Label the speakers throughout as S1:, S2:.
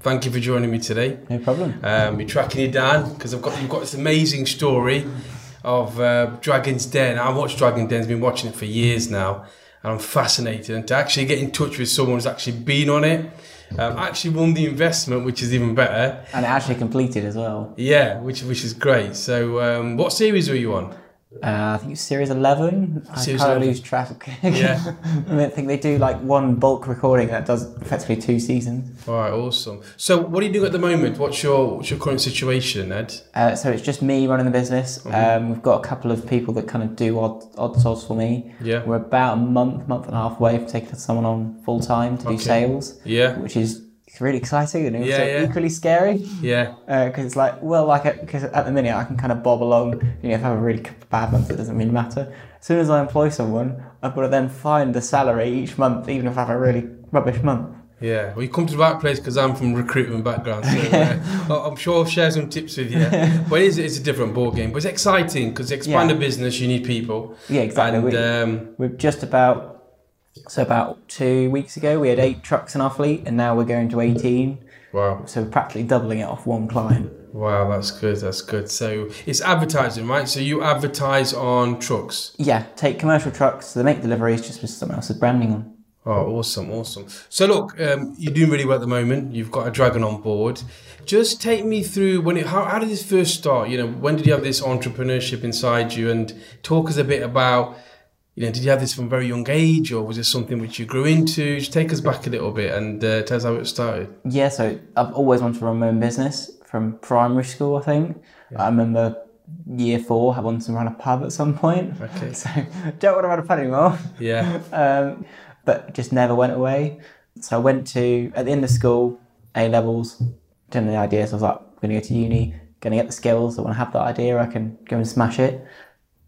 S1: Thank you for joining me today.
S2: No problem.
S1: Um, we're tracking you down because I've got you've got this amazing story of uh, Dragon's Den. I watched Dragon's Den. I've been watching it for years now, and I'm fascinated. And to actually get in touch with someone who's actually been on it, um, actually won the investment, which is even better.
S2: And it actually completed as well.
S1: Yeah, which which is great. So, um, what series were you on?
S2: Uh, I think it's series 11. I
S1: Series
S2: kind
S1: 11.
S2: of lose track.
S1: Yeah.
S2: I, mean, I think they do like one bulk recording that does effectively two seasons.
S1: All right, awesome. So, what are you doing at the moment? What's your what's your current situation, Ed?
S2: Uh, so it's just me running the business.
S1: Mm-hmm.
S2: Um, we've got a couple of people that kind of do odd, odd jobs for me.
S1: Yeah.
S2: We're about a month, month and a half away from taking someone on full time to do
S1: Okay.
S2: sales,
S1: Yeah,
S2: which is really exciting and also
S1: Yeah, yeah.
S2: equally scary.
S1: yeah,
S2: because Uh, it's like well like because at the minute I can kind of bob along you know if I have a really bad month it doesn't really matter as soon as I employ someone I've got to then find the salary each month even if I have a really rubbish month
S1: yeah. Well, you come to the right place because I'm from recruitment background, so uh, I- I'm sure I'll share some tips with you. but it is, it's a different ball game, but it's exciting because to expand
S2: Yeah.
S1: a business, you need people.
S2: yeah exactly
S1: And
S2: we,
S1: um,
S2: we're just about so about two weeks ago we had eight trucks in our fleet and now we're going to 18
S1: wow,
S2: so we're practically doubling it off one client
S1: wow, that's good. That's good. So it's advertising, right? So you advertise on trucks.
S2: yeah take commercial trucks they make deliveries just with someone else's branding on
S1: Oh, awesome, awesome. So, look, um, you're doing really well at the moment. You've got a dragon on board. Just take me through when it, how, how did this first start? You know, when did you have this entrepreneurship inside you? And talk us a bit about, you know, did you have this from a very young age or was it something which you grew into? Just take us back a little bit and uh, tell us how it started.
S2: Yeah, so I've always wanted to run my own business from primary school, I think. I remember year four, I wanted to run a pub at some point.
S1: Okay.
S2: So don't want to run a pub anymore.
S1: Yeah,
S2: Um, but just never went away. So I went to, at the end of school, A levels, didn't have any ideas. I was like, I'm going to go to uni, going to get the skills. I want to have that idea. I can go and smash it.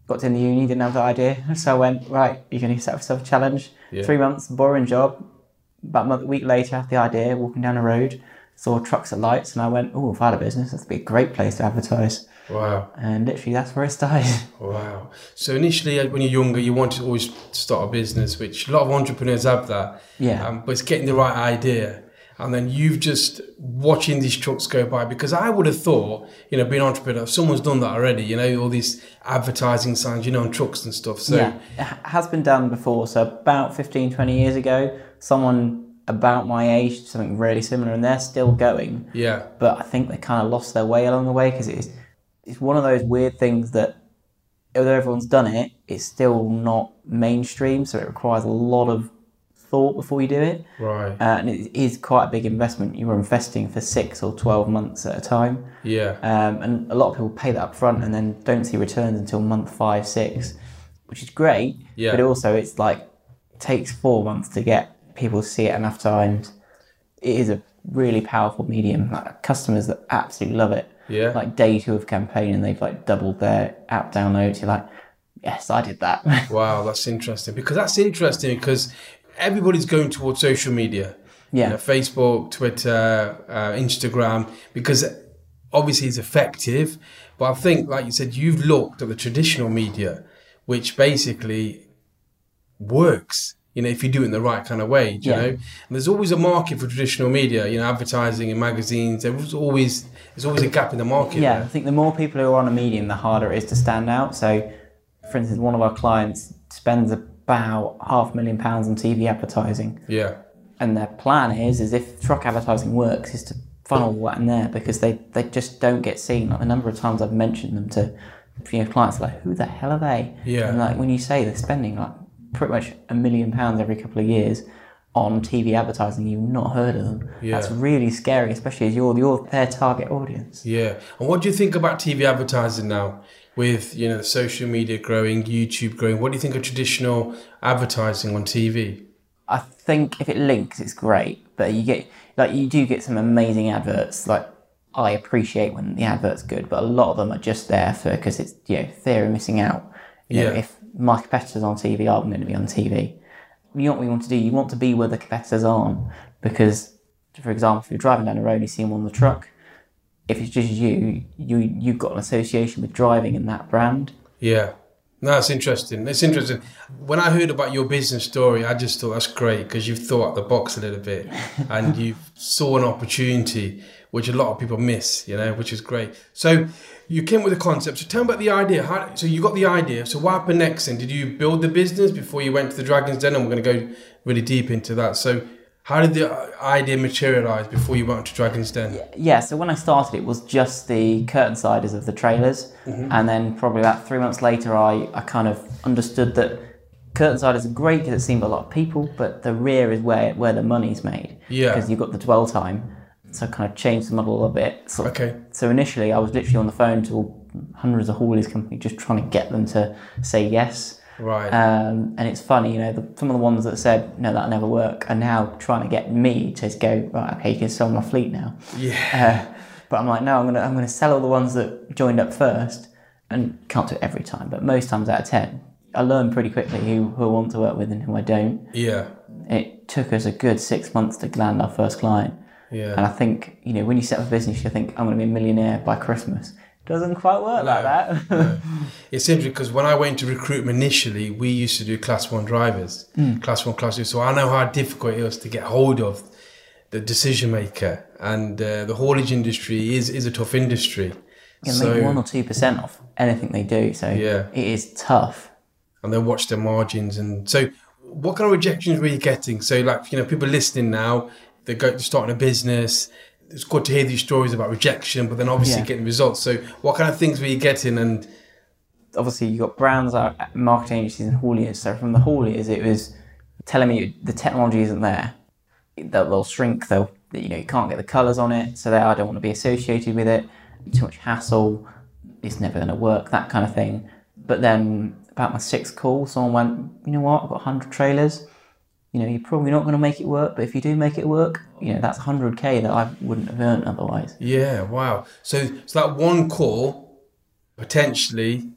S2: Got to the uni, didn't have that idea. So I went, right, you're going to set yourself a challenge.
S1: Yeah.
S2: Three months, boring job. About a month, week later, I had the idea, walking down the road, saw trucks at lights, and I went, oh, if I had a business, that'd be a great place to advertise.
S1: wow,
S2: And literally, that's where it started.
S1: wow. So, initially, uh, when you're younger, you wanted to always start a business, which a lot of entrepreneurs have that.
S2: yeah.
S1: um, but it's getting the right idea. And then you've just watching these trucks go by because I would have thought, you know, being an entrepreneur, someone's done that already, you know, all these advertising signs, you know, on trucks and stuff. So,
S2: yeah, it ha- has been done before. So about 15, 20 years ago, someone about my age, did something really similar, and they're still going.
S1: yeah,
S2: But I think they kind of lost their way along the way because it's it's one of those weird things that although everyone's done it, it's still not mainstream. So it requires a lot of thought before you do it,
S1: right.
S2: uh, and it is quite a big investment. You are investing for six or twelve months at a time.
S1: Yeah,
S2: Um, and a lot of people pay that up front and then don't see returns until month five, six, which is great.
S1: Yeah.
S2: But also, it's like takes four months to get people to see it enough times. It is a really powerful medium. Like customers that absolutely love it.
S1: Yeah.
S2: Like day two of campaign and they've like doubled their app downloads. You're like, yes, I did that.
S1: wow, that's interesting because that's interesting because everybody's going towards social media. you know,
S2: yeah.
S1: Facebook, Twitter, uh, Instagram, because obviously it's effective. But I think, like you said, you've looked at the traditional media, which basically works. You know, if you do it in the right kind of way, do you
S2: Yeah.
S1: know. And there's always a market for traditional media. You know, advertising and magazines. There's always there's always a gap in the market.
S2: Yeah, I
S1: there.
S2: think the more people who are on a medium, the harder it is to stand out. So, for instance, one of our clients spends about half a million pounds on TV advertising,
S1: Yeah.
S2: and their plan is is if truck advertising works, is to funnel that in there because they they just don't get seen. Like the number of times I've mentioned them to you know clients, like who the hell are they?
S1: Yeah.
S2: and like when you say they're spending like pretty much a million pounds every couple of years. On TV advertising, you've not heard of them.
S1: Yeah.
S2: That's really scary, especially as you're, you're their target audience.
S1: Yeah. And what do you think about TV advertising now with, you know, social media growing, YouTube growing? What do you think of traditional advertising on TV?
S2: I think if it links, it's great. But you get like you do get some amazing adverts. Like I appreciate when the advert's good, but a lot of them are just there for because it's you know fear of missing out. You know,
S1: Yeah.
S2: if my competitors on TV, I'm going to be on TV. You know what we want to do? You want to be where the competitors aren't because, for example, if you're driving down the road, and you see them on the truck. If it's just you, you you've got an association with driving in that brand.
S1: Yeah. No, it's interesting. It's interesting. When I heard about your business story, I just thought that's great because you've thought out the box a little bit and you saw an opportunity which a lot of people miss, you know, which is great. So you came with a concept. So tell me about the idea. How, so you got the idea. So what happened next? And did you build the business before you went to the Dragon's Den? And we're going to go really deep into that. So how did the uh, idea materialize before you went to Dragon's Den?
S2: yeah, so when I started, it was just the curtain siders of the trailers,
S1: Mm-hmm.
S2: and then probably about three months later, I, I kind of understood that curtain siders are great because it seemed a lot of people, but the rear is where where the money's made.
S1: Yeah.
S2: because you've got the dwell time, so I kind of changed the model a little bit. Sort of-
S1: Okay.
S2: So initially, I was literally on the phone to hundreds of haulers company, just trying to get them to say yes.
S1: Right.
S2: Um, and it's funny, you know, the, some of the ones that said no, that'll never work, are now trying to get me to go right. Okay, you can sell my fleet now.
S1: yeah.
S2: Uh, but I'm like, no, I'm gonna I'm gonna sell all the ones that joined up first, and can't do it every time, but most times out of ten, I learn pretty quickly who who I want to work with and who I don't.
S1: Yeah.
S2: It took us a good six months to land our first client, and
S1: Yeah.
S2: I think you know when you set up a business, you think I'm gonna be a millionaire by Christmas. Doesn't quite work like that.
S1: It's interesting because when I went to recruitment initially, we used to do class one drivers,
S2: Hmm.
S1: class one, class two. So I know how difficult it was to get hold of the decision maker, and uh, the haulage industry is is a tough industry.
S2: you can make
S1: so
S2: one or two percent off anything they do, so
S1: Yeah.
S2: it is tough.
S1: and then watch their margins, and so what kind of rejections were you getting? So like you know people listening now, they go they're starting a business. It's good to hear these stories about rejection, but then obviously
S2: Yeah.
S1: getting results. So what kind of things were you getting? And
S2: obviously you got brands out marketing agencies and hauliers. So from the hauliers, it was telling me the technology isn't there. They'll, they'll shrink. They'll you know you can't get the colours on it. So they I don't want to be associated with it. Too much hassle. It's never going to work. That kind of thing. But then about my sixth call, someone went, you know what? I've got hundred trailers. You know, you're probably not going to make it work, but if you do make it work, you know, that's 100k that I wouldn't have earned otherwise.
S1: yeah, wow. So so that one call potentially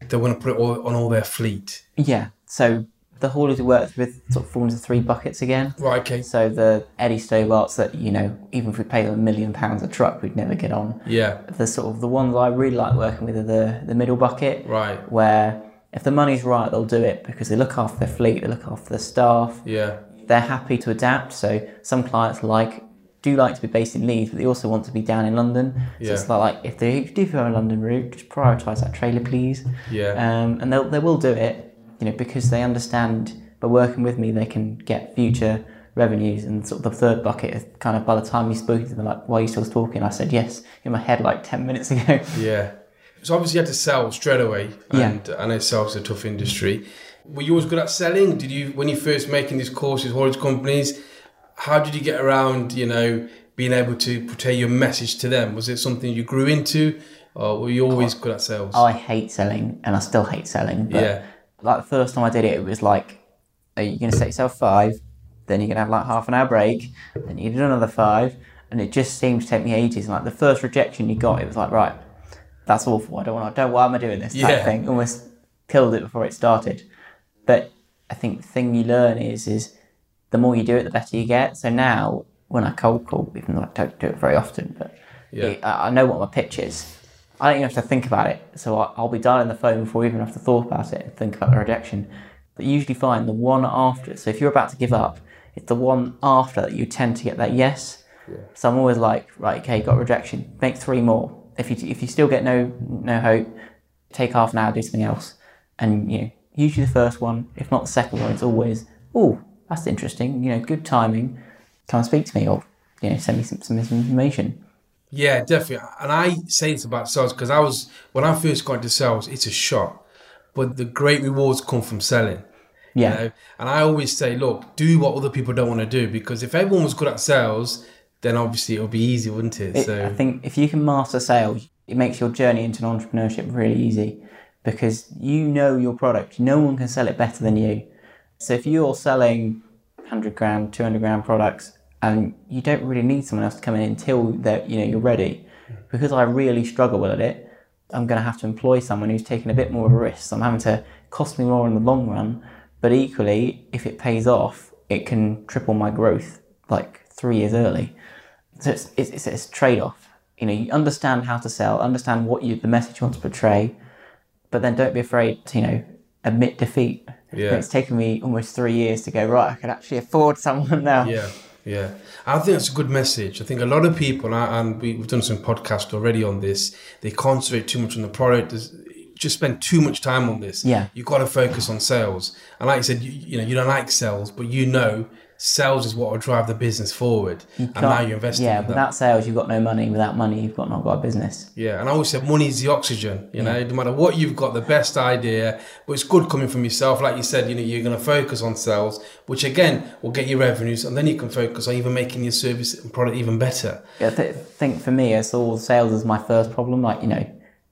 S1: they want to put it all, on all their fleet.
S2: Yeah. So the haulers we worked with sort of fall into three buckets again.
S1: Right, okay.
S2: So the Eddie Stobarts that you know, even if we paid them a million pounds a truck, we'd never get on.
S1: Yeah,
S2: The sort of the ones I really like working with are the the middle bucket,
S1: right.
S2: where if the money's right, they'll do it because they look after their fleet, they look after their staff,
S1: Yeah,
S2: they're happy to adapt. So some clients like do like to be based in Leeds, but they also want to be down in London. So it's
S1: Yeah.
S2: like, like if they do go a London route, just prioritise that trailer, please.
S1: yeah,
S2: Um, and they'll, they will do it, you know, because they understand by working with me, they can get future revenues. And sort of the third bucket is kind of by the time you spoke to them, like, why are you still talking? I said yes in my head like 10 minutes ago.
S1: yeah. So obviously you had to sell straight away,
S2: Yeah.
S1: and I know sales a tough industry. Were you always good at selling? Did you, when you first making these courses, haulage companies, how did you get around? You know, being able to portray your message to them. Was it something you grew into, or were you always good at sales?
S2: I hate selling and I still hate selling. But
S1: Yeah.
S2: like the first time I did it, it was like, are you going to set yourself five? Then you're going to have like half an hour break. Then you do another five. And it just seemed to take me ages. And like the first rejection you got, it was like, right, that's awful. I don't want to, don't, why am I doing this?
S1: Yeah.
S2: That thing almost killed it before it started. But I think the thing you learn is, is the more you do it, the better you get. So now when I cold call, even though I don't do it very often, but it- I I know what my pitch is. I don't even have to think about it. So I- I'll be dialing the phone before I even have to thought about it and think about the rejection. But you usually find the one after. So if you're about to give up, it's the one after that you tend to get that yes. So I'm always like, right, okay, got rejection. Make three more. If you if you still get no no hope, take half an hour, do something else. And you know, usually the first one, if not the second one, it's always, oh, that's interesting. You know, good timing. Come and speak to me, or you know, send me some some information.
S1: Yeah, definitely. And I say this about sales because I was when I first got into sales, it's a shock, but the great rewards come from selling.
S2: Yeah.
S1: You know? And I always say, look, do what other people don't want to do because if everyone was good at sales, then obviously it'll be easy, wouldn't it?
S2: It- I
S1: so
S2: think if you can master sales, it makes your journey into entrepreneurship really easy because you know your product. No one can sell it better than you. So if you're selling 100 grand, 200 grand products and you don't really need someone else to come in until they're- you know you're ready. Because I really struggle with it, I'm going to have to employ someone who's taking a bit more of a risk. So I'm having to cost me more in the long run, but equally, if it pays off, it can triple my growth like three years early. So it's it's, it's, it's trade off. You know, you understand how to sell, understand what you the message you want to portray, but then don't be afraid to you know admit defeat.
S1: Yeah.
S2: It's taken me almost three years to go right. I can actually afford someone now.
S1: Yeah, yeah. I think that's a good message. I think a lot of people, and- and we- we've done some podcasts already on this, they concentrate too much on the product. There's, just spend too much time on this.
S2: Yeah.
S1: You've got to focus on sales. And like you said, you, you know, you don't like sales, but you know sales is what will drive the business forward. And now you're investing
S2: Yeah,
S1: in that.
S2: without sales, you've got no money. Without money, you've got not got a business.
S1: Yeah, and I always said money's the oxygen. You know, no matter what you've got, the best idea, but it's good coming from yourself. Like you said, you know, you're going to focus on sales, which again will get your revenues, and then you can focus on even making your service and product even better.
S2: I th- think for me, I saw sales as my first problem. Like you know,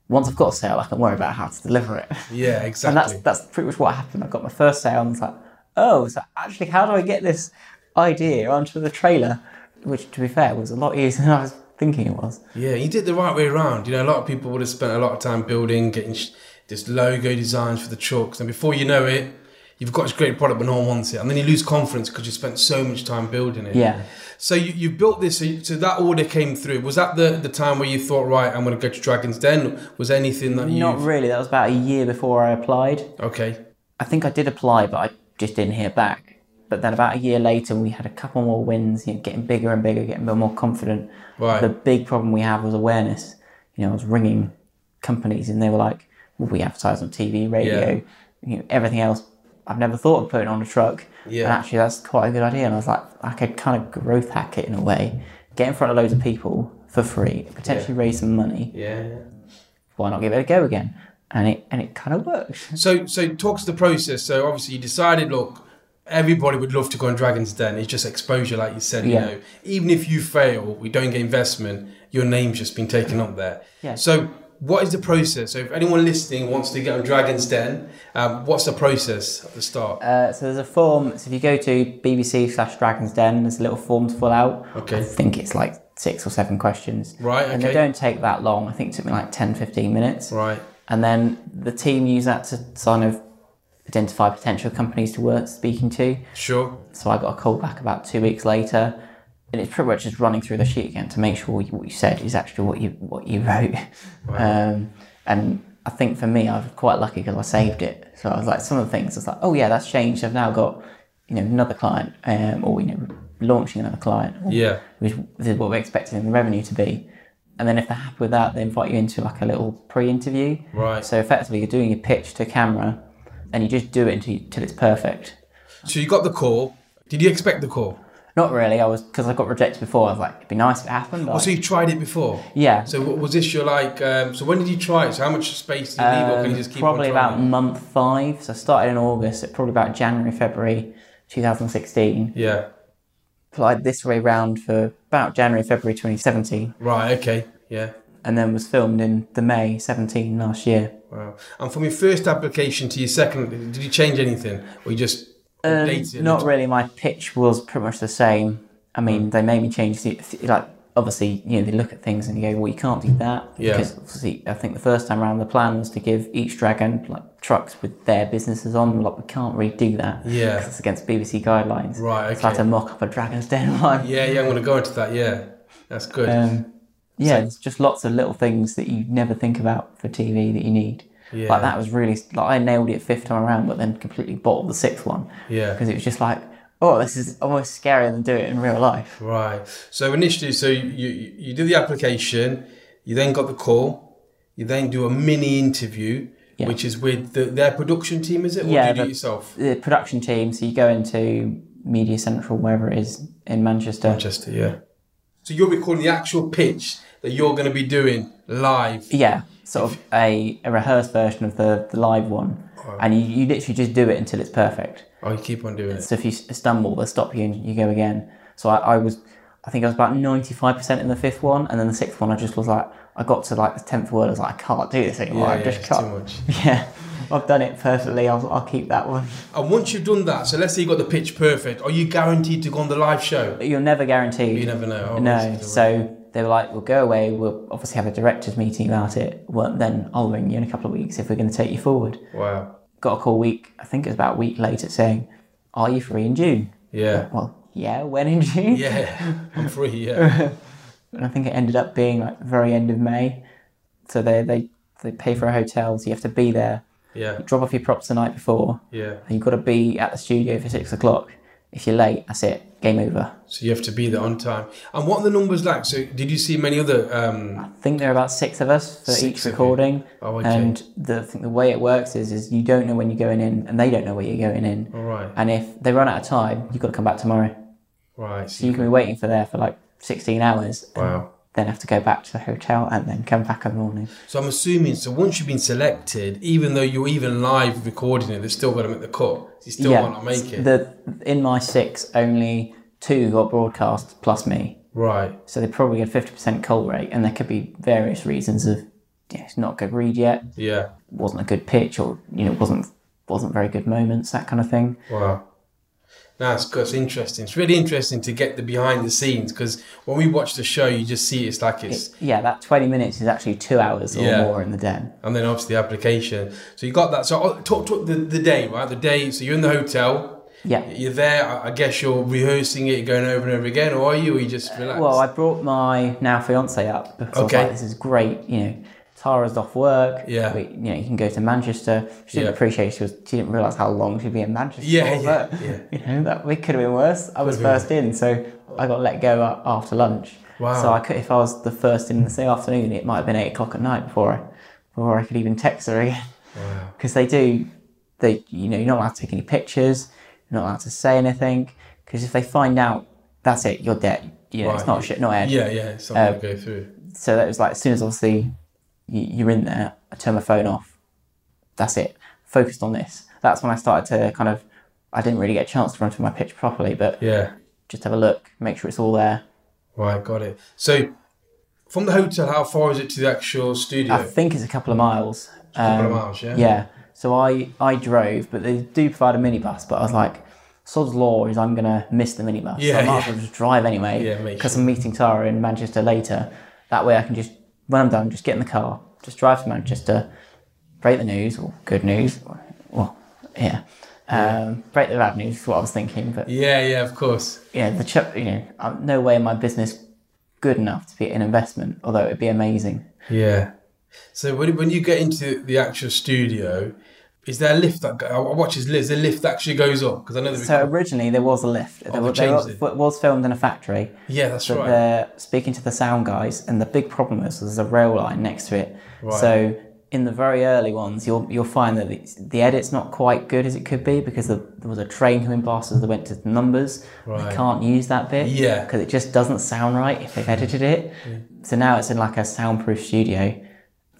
S2: once I've got a sale, I can worry about how to deliver it.
S1: Yeah,
S2: and that's
S1: exactly.
S2: that's pretty much what happened. I got my first sale, and it's like, oh, so actually, how do I get this idea onto the trailer? Which, to be fair, was a lot easier than I was thinking it was.
S1: yeah, you did the right way around. You know, a lot of people would have spent a lot of time building, getting sh- this logo designs for the trucks, and before you know it, you've got this great product, but no one wants it, and then you lose confidence because you spent so much time building it.
S2: Yeah.
S1: So you, you built this, so, you, so that order came through. Was that the, the time where you thought, right, I'm going to go to Dragon's Den? Was there anything that you...
S2: Not really. That was about a year before I applied.
S1: Okay.
S2: I think I did apply, but I just didn't hear back. But then about a year later, we had a couple more wins, you know, getting bigger and bigger, getting more confident.
S1: Right.
S2: The big problem we had was awareness. You know, I was ringing companies and they were like, well, we advertise on TV, radio, you know, everything else. I've never thought of putting on a truck.
S1: Yeah.
S2: And actually, that's quite a good idea. And I was like, I could kind of growth hack it in a way, get in front of loads of people for free, potentially raise some money.
S1: Yeah.
S2: Why not give it a go again? And it, and it kind of worked.
S1: So, so talk to the process. So obviously you decided, look, everybody would love to go on Dragon's Den. It's just exposure, like you said, you
S2: Yeah.
S1: know, even if you fail, we don't get investment, your name's just been taken up there.
S2: Yeah.
S1: So what is the process? So if anyone listening wants to get on Dragon's Den, um, what's the process at the start?
S2: Uh, so there's a form. So if you go to BBC slash Dragons Den, there's a little form to fill out.
S1: Okay.
S2: I think it's like six or seven questions.
S1: Right,
S2: And they
S1: okay.
S2: don't take that long. I think it took me like 10, 15 minutes.
S1: right.
S2: And then the team use that to kind of identify potential companies to worth speaking to.
S1: Sure.
S2: So I got a call back about two weeks later, and it's pretty much just running through the sheet again to make sure what you, what you said is actually what you what you wrote. Um, and I think for me, I was quite lucky because I saved it. So I was like, some of the things I was like, oh yeah, that's changed. I've now got you know another client, um, or you know launching another client. or
S1: Yeah.
S2: which this is what we're expecting the revenue to be. And then if they're happy with that, they invite you into like a little pre-interview.
S1: Right.
S2: So effectively, you're doing a pitch to camera, and you just do it until, you, till it's perfect.
S1: So you got the call. Did you expect the call?
S2: Not really. I was because I got rejected before. I was like, it'd be nice if it happened.
S1: Oh,
S2: like-
S1: so you tried it before?
S2: yeah,
S1: So what was this your like? Um, so when did you try it? So how much space did you leave, or can you just keep
S2: Um, probably
S1: on
S2: about
S1: trying?
S2: month five. So I started in August. So probably about January, February, 2016.
S1: Yeah.
S2: Applied this way round for about January, February 2017,
S1: Right. Okay. Yeah.
S2: and then was filmed in the May 17 last year.
S1: Wow. And from your first application to your second, did you change anything, or you just updated? it?
S2: Um, Not really. My pitch was pretty much the same. I
S1: Mm.
S2: mean, they made me change the th- like. Obviously, you know, they look at things and you go, "Well, you can't do that."
S1: Mm. Yeah.
S2: Because obviously, I think the first time around, the plan was to give each dragon like trucks with their businesses on. Like, we can't really do that.
S1: Yeah.
S2: 'cause it's against BBC guidelines.
S1: Right,
S2: So I had
S1: okay.
S2: to mock up a Dragon's Den one.
S1: Yeah. Yeah. I'm going to go into that. Yeah. That's good.
S2: Um, yeah, there's just lots of little things that you never think about for TV that you need.
S1: Yeah.
S2: Like that was really like I nailed it fifth time around, but then completely bottled the sixth one.
S1: Yeah.
S2: because it was just like, oh, this is almost scarier than doing it in real life.
S1: right. So initially, so you, you you did the application, you then got the call, you then do a mini interview,
S2: Yeah.
S1: which is with the, their production team, is it? Or
S2: Yeah,
S1: do you do
S2: the-
S1: it yourself?
S2: The production team, so you go into Media Central, wherever it is in Manchester.
S1: Manchester. Yeah. So you're recording the actual pitch that you're going to be doing live.
S2: Yeah, sort of a, a rehearsed version of the, the live one, and you, you literally just do it until it's perfect.
S1: Oh, you keep on doing it.
S2: So if you s- stumble, they'll stop you and you go again. So I, I was, I think I was about 95% in the fifth one, and then the sixth one, I just was like, I got to like the 10th word, I was like, I can't do this anymore.
S1: Yeah,
S2: I
S1: yeah,
S2: just
S1: it's
S2: can't.
S1: too much.
S2: Yeah. I've done it perfectly. I'll, I'll keep that one.
S1: And once you've done that, so let's say you got the pitch perfect, are you guaranteed to go on the live show?
S2: But you're never guaranteed.
S1: You never know. Oh,
S2: no.
S1: it's-
S2: So they were like, we'll go away. We'll obviously have a directors meeting about it. Well, then I'll ring you in a couple of weeks if we're going to take you forward.
S1: wow.
S2: Got a call week. I think it was about a week later saying, are you free in June?
S1: Yeah.
S2: Well, yeah. When in June?
S1: Yeah. I'm free. Yeah.
S2: and I think it ended up being like the very end of May. So they they they pay for a hotel, so you have to be there.
S1: Yeah.
S2: Drop off your props the night before.
S1: Yeah.
S2: And you've got to be at the studio for six o'clock. If you're late, that's it. Game over.
S1: So you have to be there on time. And what are the numbers like? So did you see many other? Um,
S2: I think there are about six of us for
S1: Six
S2: each
S1: of you.
S2: recording.
S1: Oh, okay.
S2: And the I think the way it works is is you don't know when you're going in, and they don't know where you're going in.
S1: all right.
S2: And if they run out of time, you've got to come back tomorrow.
S1: Right.
S2: So you can be waiting for there for like 16 hours,
S1: Wow.
S2: then have to go back to the hotel and then come back in the morning.
S1: So I'm assuming. So once you've been selected, even though you're even live recording it, they're still going to make the cut. You still want to make it.
S2: The in my six, only two got broadcast plus me,
S1: right.
S2: so they probably had fifty percent call rate, and there could be various reasons of yeah, it's not a good read yet,
S1: Yeah.
S2: wasn't a good pitch, or you know wasn't wasn't very good moments, that kind of thing.
S1: Wow. That's good. It's interesting. It's really interesting to get the behind the scenes because when we watch the show, you just see it's like it's
S2: Yeah, that twenty minutes is actually two hours or
S1: Yeah.
S2: more in the den.
S1: and then obviously the application. So you got that. So oh, talk to the, the day, right? The day. So you're in the hotel.
S2: Yeah.
S1: You're there. I I guess you're rehearsing it, going over and over again, or are you? Or you just relax.
S2: Uh, Well, I brought my now fiance up because
S1: Okay.
S2: I was like, this is great. You know, Tara's off work.
S1: Yeah.
S2: We, you know, you can go to Manchester. She didn't
S1: Yeah.
S2: appreciate she was. She didn't realise how long she'd be in Manchester.
S1: Yeah,
S2: for,
S1: yeah,
S2: but,
S1: yeah.
S2: You know, that we could have been worse. I was first in, so I got let go a- after lunch.
S1: Wow.
S2: So I could, if I was the first in this afternoon, it might have been eight o'clock at night before I, before I could even text her again. Wow. Because they do, they you know, you're not allowed to take any pictures. You're not allowed to say anything. Because if they find out, that's it. You're dead. You know,
S1: Right.
S2: it's not shit, not aired.
S1: yeah, yeah. It's something to
S2: Um,
S1: go through.
S2: So that was like, as soon as obviously you, you're in there, I turn my phone off. That's it. Focused on this. That's when I started to kind of, I didn't really get a chance to run through my pitch properly, but
S1: Yeah.
S2: just have a look, make sure it's all there.
S1: Right, got it. So, from the hotel, how far is it to the actual studio?
S2: I think it's a couple of miles.
S1: couple of
S2: Um,
S1: miles, yeah.
S2: Yeah. So I, I drove, but they do provide a minibus. But I was like, sod's law is I'm gonna miss the minibus. so
S1: Yeah,
S2: I might as
S1: yeah.
S2: well just drive anyway.
S1: Yeah, make
S2: Because I'm meeting Tara in Manchester later. That way I can just when I'm done, just get in the car, just drive to Manchester, break the news or good news. Or, well, yeah. Um, break the bad news is what I was thinking, but
S1: Yeah, yeah, of course.
S2: yeah, the ch- you know, I'm no way in my business good enough to be an investment, although it'd be amazing.
S1: Yeah. So when, when you get into the actual studio, is there a lift that go- I watch his lift? The lift that actually goes up because I know. that
S2: So originally there was a lift. There,
S1: Oh, they
S2: was, there
S1: changed
S2: was, was filmed in a factory.
S1: we, yeah, that's
S2: But
S1: right.
S2: they're speaking to the sound guys, and the big problem is there's a rail line next to it. So in the very early ones, you'll you'll find that the, the edit's not quite good as it could be because the, there was a train coming past as they went to the numbers.
S1: Right.
S2: They can't use that bit
S1: Yeah.
S2: because it just doesn't sound right if they've edited it. So now it's in like a soundproof studio,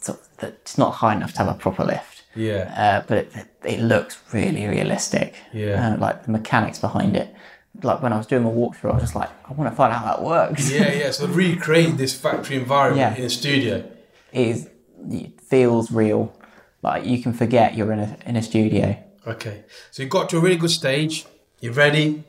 S2: so that it's not high enough to have a proper lift
S1: yeah,
S2: uh, but it, it looks really realistic.
S1: Yeah.
S2: Uh, like the mechanics behind it. Like when I was doing my walkthrough, I was just like, I want to find out how that works.
S1: yeah, yeah. So recreate this factory environment
S2: Yeah.
S1: in a studio.
S2: It, is, it feels real. Like you can forget you're in a in a studio.
S1: Okay. So you got to a really good stage. You're ready.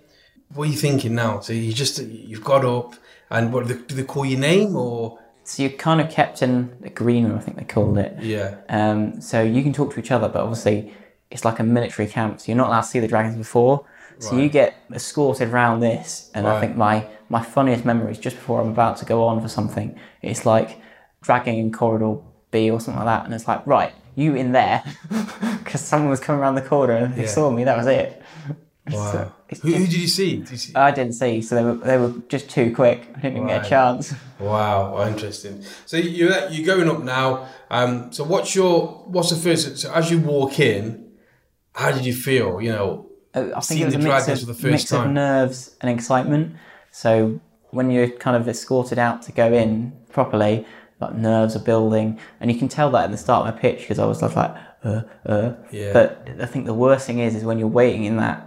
S1: What are you thinking now? So you just you've got up, and what do they, do they call your name or?
S2: So you're kind of kept in the green room, I think they called it.
S1: Yeah.
S2: Um, so you can talk to each other, but obviously it's like a military camp, so you're not allowed to see the dragons before. So you get escorted round this, and
S1: Right.
S2: I think my my funniest memory is just before I'm about to go on for something. It's like dragging in corridor B or something like that, and it's like right, you in there, because someone was coming around the corner and they
S1: Yeah.
S2: saw me. That was it.
S1: Wow.
S2: it's
S1: Who, who did you see? Did you see?
S2: I didn't see, so they were they were just too quick. I didn't even get
S1: Right.
S2: a chance.
S1: Wow, interesting. So you you're going up now. Um, so what's your what's the first? So as you walk in, how did you feel? You know,
S2: Uh, I think
S1: Seeing
S2: it was
S1: the
S2: a mix,
S1: dragons
S2: of,
S1: for the first
S2: mix of
S1: time.
S2: nerves and excitement. So when you're kind of escorted out to go in properly, like nerves are building, and you can tell that in the start of my pitch because I was just like, uh, uh.
S1: Yeah.
S2: But I think the worst thing is, is when you're waiting in that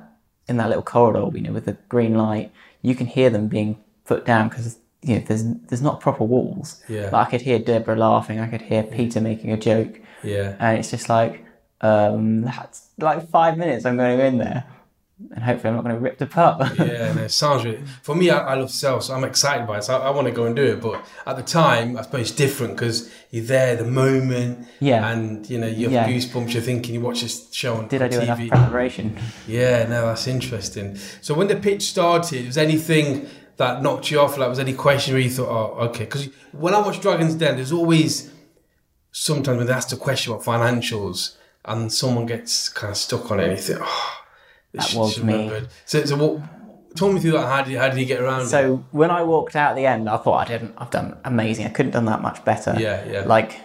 S2: in that little corridor, you know, with the green light, you can hear them being put down because you know there's there's not proper walls.
S1: Yeah.
S2: Like I could hear Deborah laughing, I could hear Peter making a joke,
S1: yeah,
S2: and it's just like um, that's like five minutes I'm going to go in there and hopefully I'm not going to be ripped apart.
S1: Yeah, no, it sounds really. For me, I, I love sales, so I'm excited by it. So I, I want to go and do it. But at the time, I suppose it's different because you're there, the moment.
S2: Yeah.
S1: And, you know, you have
S2: Yeah.
S1: goosebumps, you're thinking, you watch this show on
S2: Did I do
S1: TV.
S2: enough preparation?
S1: Yeah, no, that's interesting. So when the pitch started, was anything that knocked you off? Like, was any question where you thought, oh, okay? Because when I watch Dragons Den, there's always sometimes when they ask the question about financials, and someone gets kind of stuck on it, and you think, oh, this
S2: That
S1: should-
S2: was
S1: should
S2: me.
S1: remembered. So, so what? Talk me through that. How did you, how did you get around? it?
S2: So when I walked out at the end, I thought I didn't. I've done amazing. I couldn't have done that much better.
S1: Yeah, yeah.
S2: Like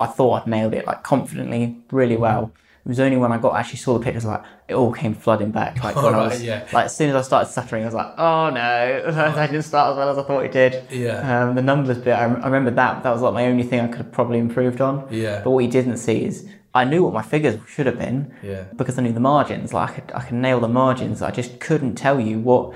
S2: I thought I'd nailed it, like confidently, really well.
S1: Mm-hmm.
S2: It was only when I got actually saw the pictures, like it all came flooding back. Like when I
S1: Alright,
S2: was,
S1: yeah.
S2: like as soon as I started stuttering, I was like, oh no, I didn't start as well as I thought it did.
S1: Yeah.
S2: Um, the numbers bit, I, rem- I remember that. but That was like my only thing I could have probably improved on.
S1: Yeah.
S2: But what you didn't see is I knew what my figures should have been.
S1: Yeah.
S2: Because I knew the margins, like I could, I could nail the margins. I just couldn't tell you what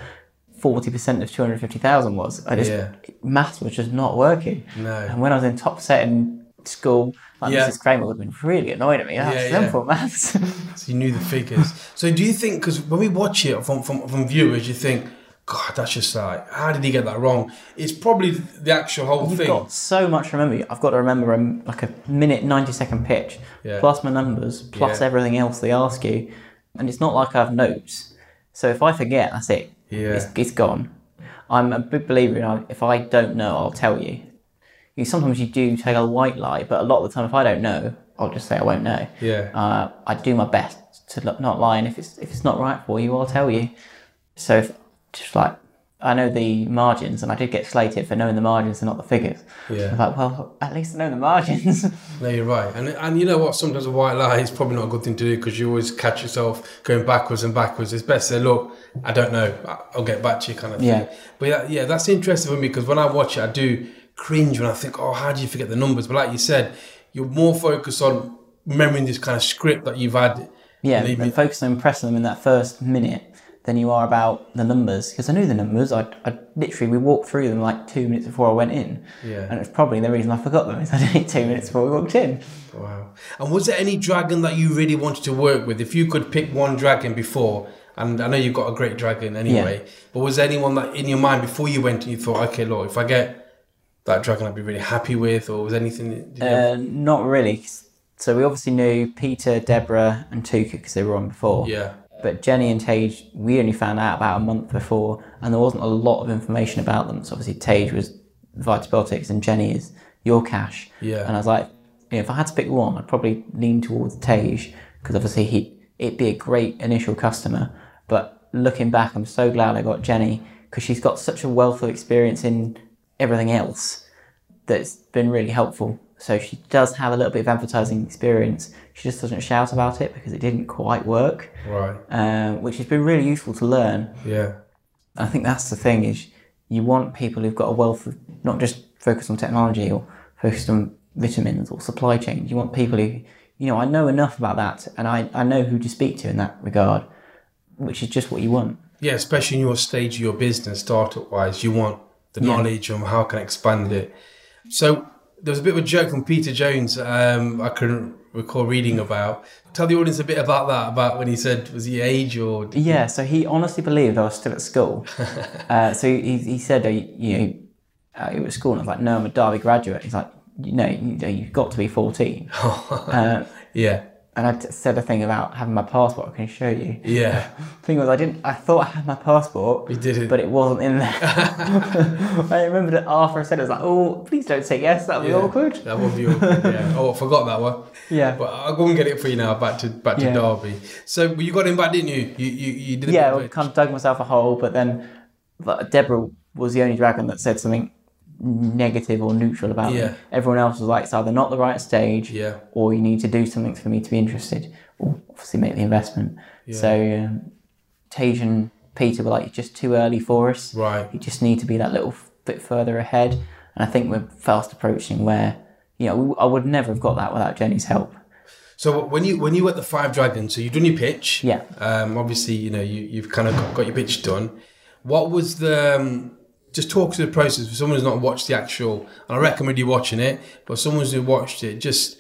S2: forty percent of two hundred fifty thousand was. I just
S1: Yeah.
S2: maths was just not working.
S1: No.
S2: And when I was in top set in school, like
S1: Yeah.
S2: Mrs. Kramer would have been really annoyed at me. That's
S1: Yeah, yeah.
S2: simple maths.
S1: So you knew the figures. so do you think? Because when we watch it from, from from viewers, you think, God, that's just like, how did he get that wrong? It's probably the actual whole
S2: You've
S1: thing.
S2: got so much to remember. I've got to remember um, like a minute, 90 second pitch,
S1: Yeah.
S2: plus my numbers, plus
S1: Yeah.
S2: everything else they ask you. And it's not like I have notes. So if I forget, that's it.
S1: Yeah.
S2: It's, it's gone. I'm a big believer in uh, if I don't know, I'll tell you. you. Sometimes you do take a white lie, but a lot of the time, if I don't know, I'll just say I won't know.
S1: Yeah.
S2: Uh, I do my best to lo- not lie, and if it's if it's not right for you, I'll tell you. So if, just like I know the margins, and I did get slated for knowing the margins and not the figures.
S1: Yeah.
S2: I was like, well, at least I know the margins.
S1: No, you're right, and and you know what? Sometimes a white lie is probably not a good thing to do because you always catch yourself going backwards and backwards. It's best to say, "Look, I don't know. I- I'll get back to you," kind of thing.
S2: Yeah.
S1: But yeah, yeah, that's interesting for me because when I watch it, I do cringe when I think, "Oh, how do you forget the numbers?" But like you said, you're more focused on remembering this kind of script that you've had.
S2: yeah,
S1: Leave
S2: and focus on impressing them in that first minute than you are about the numbers because I knew the numbers. I, I literally we walked through them like two minutes before I went in,
S1: Yeah.
S2: and it's probably the reason I forgot them is I did it two minutes before we walked in.
S1: Wow. And was there any dragon that you really wanted to work with? If you could pick one dragon before, and I know you've got a great dragon anyway, but was there anyone that in your mind before you went and you thought, okay, look, if I get that dragon, I'd be really happy with, or was anything? That, did you-
S2: Uh, not really. So we obviously knew Peter, Deborah, and Tuka because they were on before.
S1: yeah.
S2: But Jenny and Tage, we only found out about a month before, and there wasn't a lot of information about them. So obviously Tage was Vitabiotics, and Jenny is your cash.
S1: Yeah.
S2: And I was like, you know, if I had to pick one, I'd probably lean towards Tage because obviously he it'd be a great initial customer. But looking back, I'm so glad I got Jenny because she's got such a wealth of experience in everything else that's been really helpful. So she does have a little bit of advertising experience. She just doesn't shout about it because it didn't quite work
S1: Right.
S2: um, which has been really useful to learn.
S1: Yeah.
S2: I think that's the thing is you want people who've got a wealth of not just focused on technology or focused on vitamins or supply chain. You want people who you know I know enough about that and I, I know who to speak to in that regard, which is just what you want.
S1: Yeah, especially in your stage of your business, startup wise, you want the knowledge on how can I expand it. So there was a bit of a joke from Peter Jones um, I couldn't recall reading about. Tell the audience a bit about that, about when he said, was he age or
S2: Yeah, so he honestly believed I was still at school. uh, so he, he said, uh, you know, uh, you were at school, and I was like, no, I'm a Derby graduate. He's like, you know, you, you've got to be 14.
S1: Yeah,
S2: And I t- said a thing about having my passport, I can show you.
S1: yeah,
S2: thing was, I didn't. I thought I had my passport.
S1: You didn't.
S2: but it wasn't in there. I remembered it after I said it. I was like, "Oh, please don't say yes. That'll be
S1: yeah.
S2: awkward."
S1: That would be awkward. Yeah. Oh, I forgot that one.
S2: Yeah.
S1: but I'll go and get it for you now. Back to back to
S2: Yeah.
S1: Derby. So well, you got him back, didn't you? You you, you did. a
S2: yeah,
S1: bit
S2: I
S1: of
S2: kind of dug myself a hole, but then but Deborah was the only dragon that said something negative or neutral about
S1: Yeah.
S2: me. Everyone else was like, "It's either not the right stage,
S1: Yeah.
S2: or you need to do something for me to be interested, or obviously make the investment." So, um, Tej and Peter were like, "It's just too early for us.
S1: Right.
S2: You just need to be that little f- bit further ahead." And I think we're fast approaching where, you know, we, I would never have got that without Jenny's help.
S1: So when you when you were at the Five Dragons, so you've done your pitch.
S2: Yeah.
S1: Um, obviously, you know you you've kind of got, got your pitch done. What was the um, just talk through the process for someone who's not watched the actual, and I recommend you watching it. But someone who's watched it, just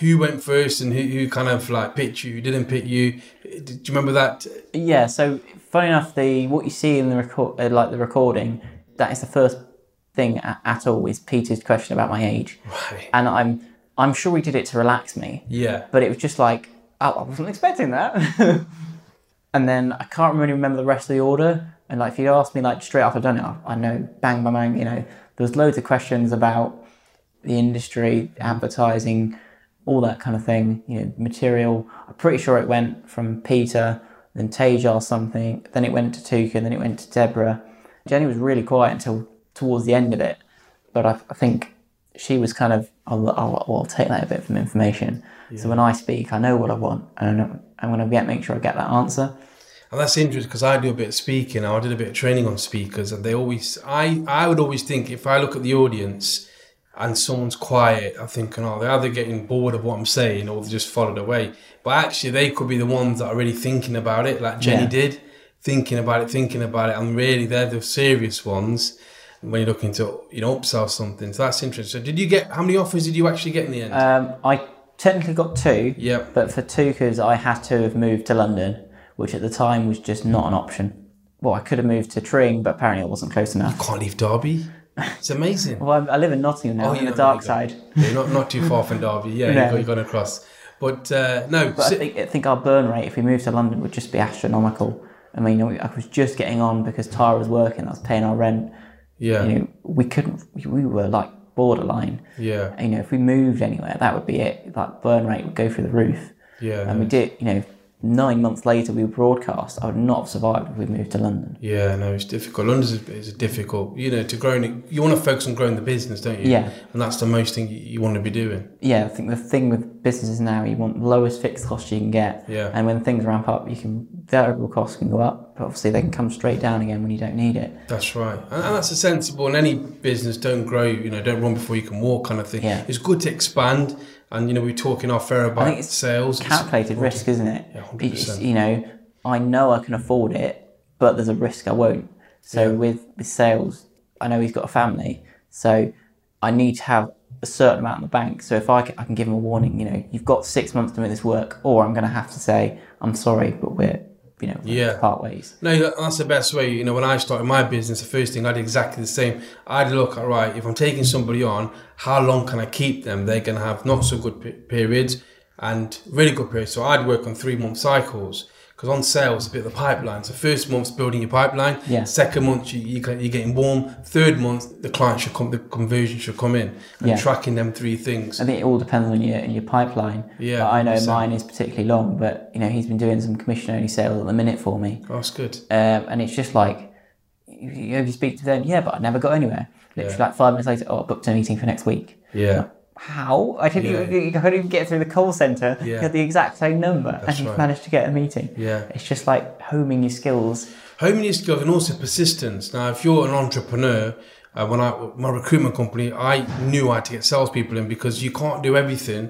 S1: who went first and who, who kind of like picked you, who didn't pick you. Do you remember that?
S2: Yeah. So funny enough, the what you see in the record, uh, like the recording, that is the first thing at, at all is Peter's question about my age,
S1: Right.
S2: and I'm I'm sure he did it to relax me,
S1: Yeah.
S2: but it was just like oh, I wasn't expecting that. and then I can't really remember the rest of the order. And like if you asked me like straight after I've done it, I- I know bang bang bang. You know, there was loads of questions about the industry, advertising, all that kind of thing. You know, material. I'm pretty sure it went from Peter, then Tejas something, then it went to Tuka, then it went to Deborah. Jenny was really quiet until towards the end of it, but I, I think she was kind of I'll, I'll, I'll take that a bit from information. So when I speak, I know what I want, and I'm, I'm going to get make sure I get that answer.
S1: And that's interesting because I do a bit of speaking. I did a bit of training on speakers, and they always, I, I would always think if I look at the audience and someone's quiet, I'm thinking, oh, they're either getting bored of what I'm saying or they just followed away. But actually, they could be the ones that are really thinking about it, like Jenny
S2: Yeah.
S1: did, thinking about it, thinking about it. And really, they're the serious ones when you're looking to, you know, upsell something. So that's interesting. So, did you get how many offers did you actually get in the end?
S2: Um, I technically got two,
S1: Yep.
S2: but for Tuka's, I had to have moved to London, which at the time was just not an option. Well, I could have moved to Tring, but apparently it wasn't close enough.
S1: Can't leave Derby. It's amazing.
S2: Well, I'm- I live in Nottingham now,
S1: Oh,
S2: I'm on
S1: yeah,
S2: the dark
S1: there you
S2: side.
S1: Yeah, not not too far from Derby. Yeah,
S2: No.
S1: you got, you got across. But uh, no,
S2: But I
S1: si-
S2: think, I think our burn rate, if we moved to London, would just be astronomical. I mean, I was just getting on because Tara was working, I was paying our rent.
S1: yeah,
S2: You know, we couldn't, we- we were like borderline.
S1: yeah,
S2: You know, if we moved anywhere, that would be it. That burn rate would go through the roof.
S1: yeah,
S2: And we did, you know, nine months later we broadcast. I would not have survived if we moved to London.
S1: yeah. No, it's difficult. London's a, is a difficult. You know, to growing, you want to focus on growing the business, don't you?
S2: Yeah.
S1: and that's the most thing you, you want to be doing.
S2: Yeah, I think the thing with businesses now, you want the lowest fixed cost you can get.
S1: Yeah.
S2: And when things ramp up, you can variable costs can go up, but obviously they can come straight down again when you don't need it.
S1: That's right, and, and that's a sensible. And any business, don't grow. You know, don't run before you can walk, kind of thing.
S2: Yeah.
S1: It's good to expand, and you know, we were talking off air
S2: I think
S1: about
S2: it's
S1: sales. It's-
S2: Calculated risk, isn't it?
S1: Yeah, 100%.
S2: It's, you know, I know I can afford it, but there's a risk I won't. So with, with sales, I know he's got a family, so I need to have a certain amount in the bank. So if I ca- I can give him a warning, you know, you've got six months to make this work, or I'm going to have to say I'm sorry, but we're you know we're
S1: Yeah.
S2: to part ways.
S1: No, that- that's the best way. You know, when I started my business, the first thing I did exactly the same. I'd look at right if I'm taking somebody on, how long can I keep them? They're going to have not so good pe- periods and really good periods. So I'd work on three month cycles because on sales, a bit of the pipeline. So first month's building your pipeline.
S2: Yeah.
S1: Second month, you, you, get- you're getting warm. Third month, the client should come, the conversion should come in. And
S2: Yeah.
S1: tracking them three things.
S2: I think it all depends on your your pipeline.
S1: Yeah,
S2: but I know
S1: 100%.
S2: mine is particularly long, but you know he's been doing some commission only sales at the minute for me.
S1: Oh, that's good.
S2: um, and it's just like you, you you speak to them, yeah, but I never got anywhere. Literally, like five minutes later, oh, I booked a meeting for next week.
S1: Yeah.
S2: How I didn't,
S1: Yeah.
S2: even, I couldn't even get through the call center.
S1: Yeah.
S2: You had the exact same number, and you've
S1: right.
S2: managed to get a meeting.
S1: Yeah.
S2: it's just like homing your skills.
S1: Home needs skills and also persistence. Now, if you're an entrepreneur, uh, when I my recruitment company, I knew I had to get salespeople in because you can't do everything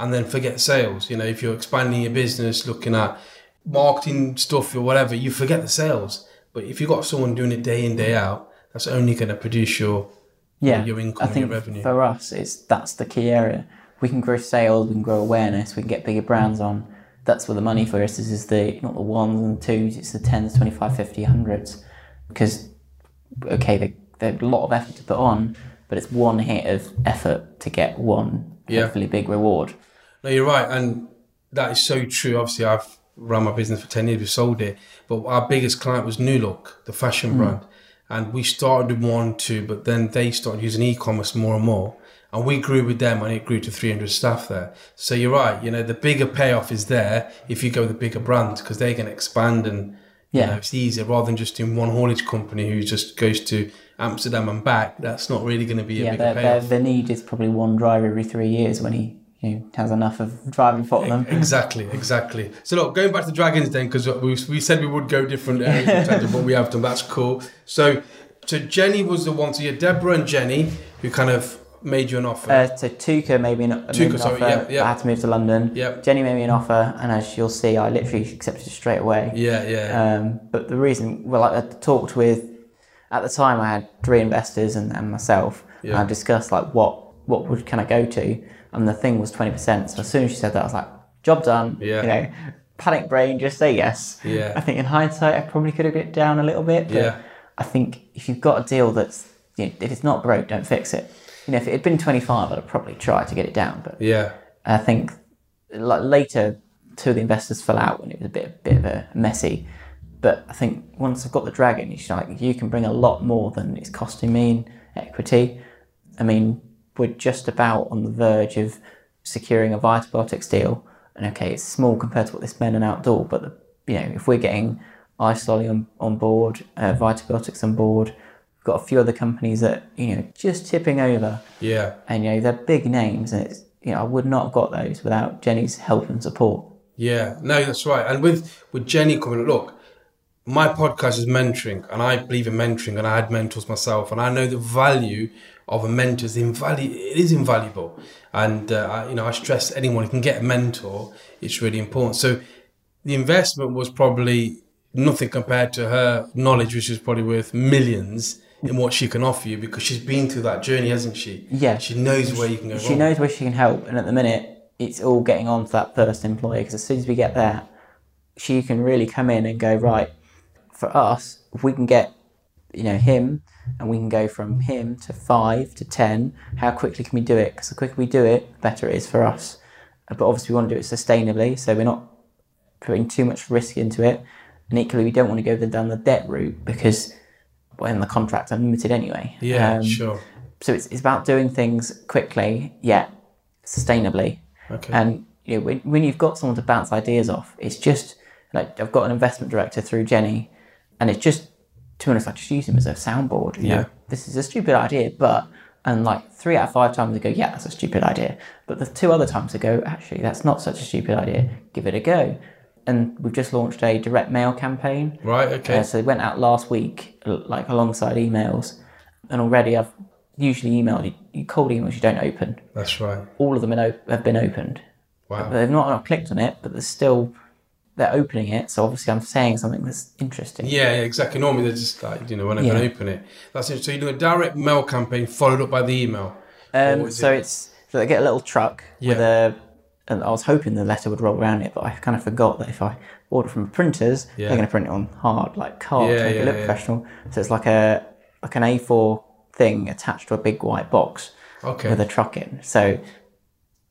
S1: and then forget sales. You know, if you're expanding your business, looking at marketing stuff or whatever, you forget the sales. But if you've got someone doing it day in day out, that's only going to produce your
S2: Yeah,
S1: your income
S2: I
S1: and
S2: think
S1: your revenue.
S2: for us, it's that's the key area. We can grow sales, we can grow awareness, we can get bigger brands on. That's where the money for us is. Is the not the ones and the twos, it's the tens, 25, 50, hundreds. Because okay, they they're a lot of effort to put on, but it's one hit of effort to get one
S1: Yeah.
S2: hopefully big reward.
S1: No, you're right, and that is so true. Obviously, I've run my business for ten years. We sold it, but our biggest client was New Look, the fashion
S2: Hmm.
S1: brand, and we started with one, two, but then they started using e-commerce more and more, and we grew with them, and it grew to three hundred staff there. So you're right. You know, the bigger payoff is there if you go with a bigger brand because they can expand and. You
S2: Yeah.
S1: know, it's easier rather than just doing one haulage company who just goes to Amsterdam and back. That's not really going to be a
S2: Yeah,
S1: bigger
S2: their, their,
S1: payoff.
S2: their need is probably one driver every three years when he you know, has enough of driving for them.
S1: Exactly, exactly. So look, going back to dragons then, because we, we said we would go different areas, in terms of what we have done. That's cool. So, so Jenny was the one. So you had Deborah and Jenny who kind of made you an offer.
S2: Uh, so Tuka made me an, made
S1: Tuca,
S2: an
S1: sorry,
S2: offer.
S1: yeah, yeah.
S2: but I had to move to London.
S1: Yep.
S2: Jenny made me an offer, and as you'll see, I literally accepted it straight away.
S1: yeah, yeah,
S2: Um, but the reason, well, I, I talked with, at the time, I had three investors and, and myself, and
S1: Yeah.
S2: I discussed like what what would can I go to? And the thing was twenty percent. So as soon as she said that, I was like, job done.
S1: Yeah.
S2: You know, panic brain, just say yes.
S1: Yeah.
S2: I think in hindsight, I probably could have it down a little bit. But
S1: Yeah.
S2: I think if you've got a deal that's you know, if it's not broke, don't fix it. You know, if it had been twenty five, I'd have probably tried to get it down, but.
S1: Yeah.
S2: I think like later two of the investors fell out and it was a bit bit of a messy. But I think once I've got the dragon, it's like you can bring a lot more than it's costing me in equity. I mean, we're just about on the verge of securing a Vitabiotics deal. And okay, it's small compared to what this men and outdoor, but the, you know, if we're getting Isololi on, on board, uh, Vitabiotics on board, we've got a few other companies that, you know, just tipping over
S1: Yeah.
S2: and you know they're big names and it's you know I would not have got those without Jenny's help and support.
S1: Yeah, no, that's right. And with with Jenny coming, look, my podcast is mentoring, and I believe in mentoring, and I had mentors myself, and I know the value of a mentor is invaluable. It is invaluable, and uh, I, you know I stress anyone who can get a mentor, it's really important. So the investment was probably nothing compared to her knowledge, which is probably worth millions in what she can offer you because she's been through that journey, hasn't she?
S2: Yeah.
S1: she knows where you can go.
S2: She
S1: wrong.
S2: knows where she can help, and at the minute it's all getting on to that first employee because as soon as we get there, she can really come in and go right. For us, if we can get you know him, and we can go from him to five to ten. How quickly can we do it? Because the quicker we do it, the better it is for us. Uh, But obviously, we want to do it sustainably, so we're not putting too much risk into it. And equally, we don't want to go the- down the debt route because we're in the contract unlimited anyway.
S1: Yeah,
S2: Um,
S1: sure.
S2: so it's, it's about doing things quickly yet sustainably
S1: Okay.
S2: and you know when, when you've got someone to bounce ideas off it's just like i've got an investment director through jenny and it's just to be honest i just use him as a soundboard you
S1: Yeah.
S2: know this is a stupid idea but and like three out of five times they go yeah that's a stupid idea but the two other times they go actually that's not such a stupid idea give it a go and we've just launched a direct mail campaign
S1: right. Okay.
S2: uh, so they went out last week, l- like alongside emails, and already I've usually emailed you- you cold emails you don't open.
S1: that's right.
S2: All of them have op- have been opened.
S1: Wow.
S2: But they've not not clicked on it, but they're still they're opening it. So obviously I'm saying something that's interesting.
S1: Yeah, yeah, exactly. Normally they're just like, you know, when I can
S2: Yeah.
S1: open it. That's it. So you do a direct mail campaign followed up by the email.
S2: Um,
S1: Or is
S2: so
S1: it-
S2: it's so they get a little truck with a. And I was hoping the letter would roll around it, but I kind of forgot that if I order from printers,
S1: Yeah.
S2: they're going to print it on hard like card
S1: Yeah,
S2: to make
S1: yeah,
S2: it look
S1: yeah.
S2: professional. So it's like a like an A4 thing attached to a big white box.
S1: Okay.
S2: with a truck in. So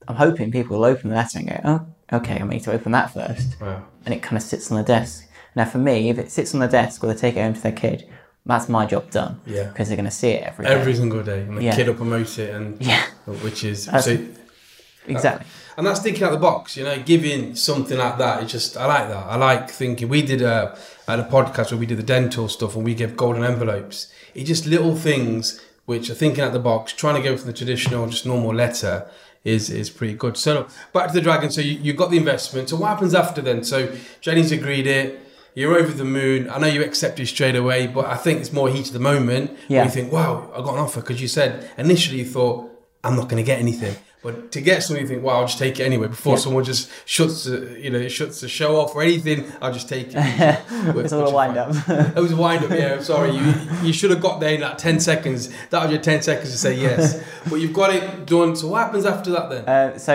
S2: I'm hoping people will open the letter and go, oh, okay, I need to open that first.
S1: Wow.
S2: And it kind of sits on the desk. Now, for me, if it sits on the desk or they take it home to their kid, that's my job done.
S1: Yeah.
S2: Because they're going to see it every day.
S1: Every single day. And the
S2: Yeah.
S1: kid will promote it and
S2: Yeah.
S1: which is
S2: That's-
S1: so
S2: Exactly.
S1: and that's thinking out the box, you know, giving something like that. It's just I like that. I like thinking we did a at a podcast where we did the dental stuff and we gave golden envelopes. It's just little things which are thinking out the box, trying to go from the traditional, just normal letter is is pretty good. So back to the dragon. So you, you got the investment. So what happens after then? So Jenny's agreed it. You're over the moon. I know you accepted straight away, but I think it's more heat at the moment.
S2: Yeah.
S1: You think, wow, I got an offer because you said initially you thought I'm not going to get anything. But to get something, you think, "Wow, I'll just take it anyway." Before someone just shuts, the, you know, shuts the show off or anything, I'll just take it.
S2: It's a little wind up.
S1: It was a wind up. Yeah, I'm sorry. You you should have got there in that ten seconds. That was your ten seconds to say yes. but you've got it done. So what happens after that then?
S2: uh, so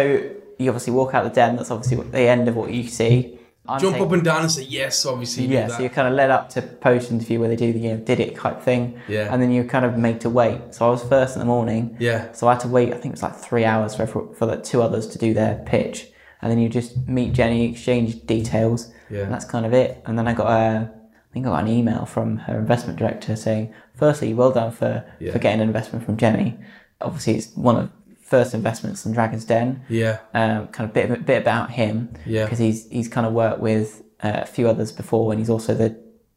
S2: you obviously walk out the den. That's obviously what- the end of what you see. I'm
S1: Jump
S2: taking-
S1: up and down and say yes. Obviously, you do
S2: yeah,
S1: that.
S2: so you're kind of led up to post interview where they do the you know, did it type thing,
S1: Yeah.
S2: and then you're kind of made to wait. So I was first in the morning,
S1: Yeah.
S2: So I had to wait. I think it was like three hours for for, for the two others to do their pitch, and then you just meet Jenny, exchange details,
S1: Yeah.
S2: and that's kind of it. And then I got a, I think I got an email from her investment director saying, firstly, well done for
S1: Yeah.
S2: for getting an investment from Jenny. Obviously, it's one of first investments in Dragon's Den
S1: yeah,
S2: um, kind of bit of, bit about him
S1: Yeah.
S2: because he's he's kind of worked with uh, a few others before, and he's also the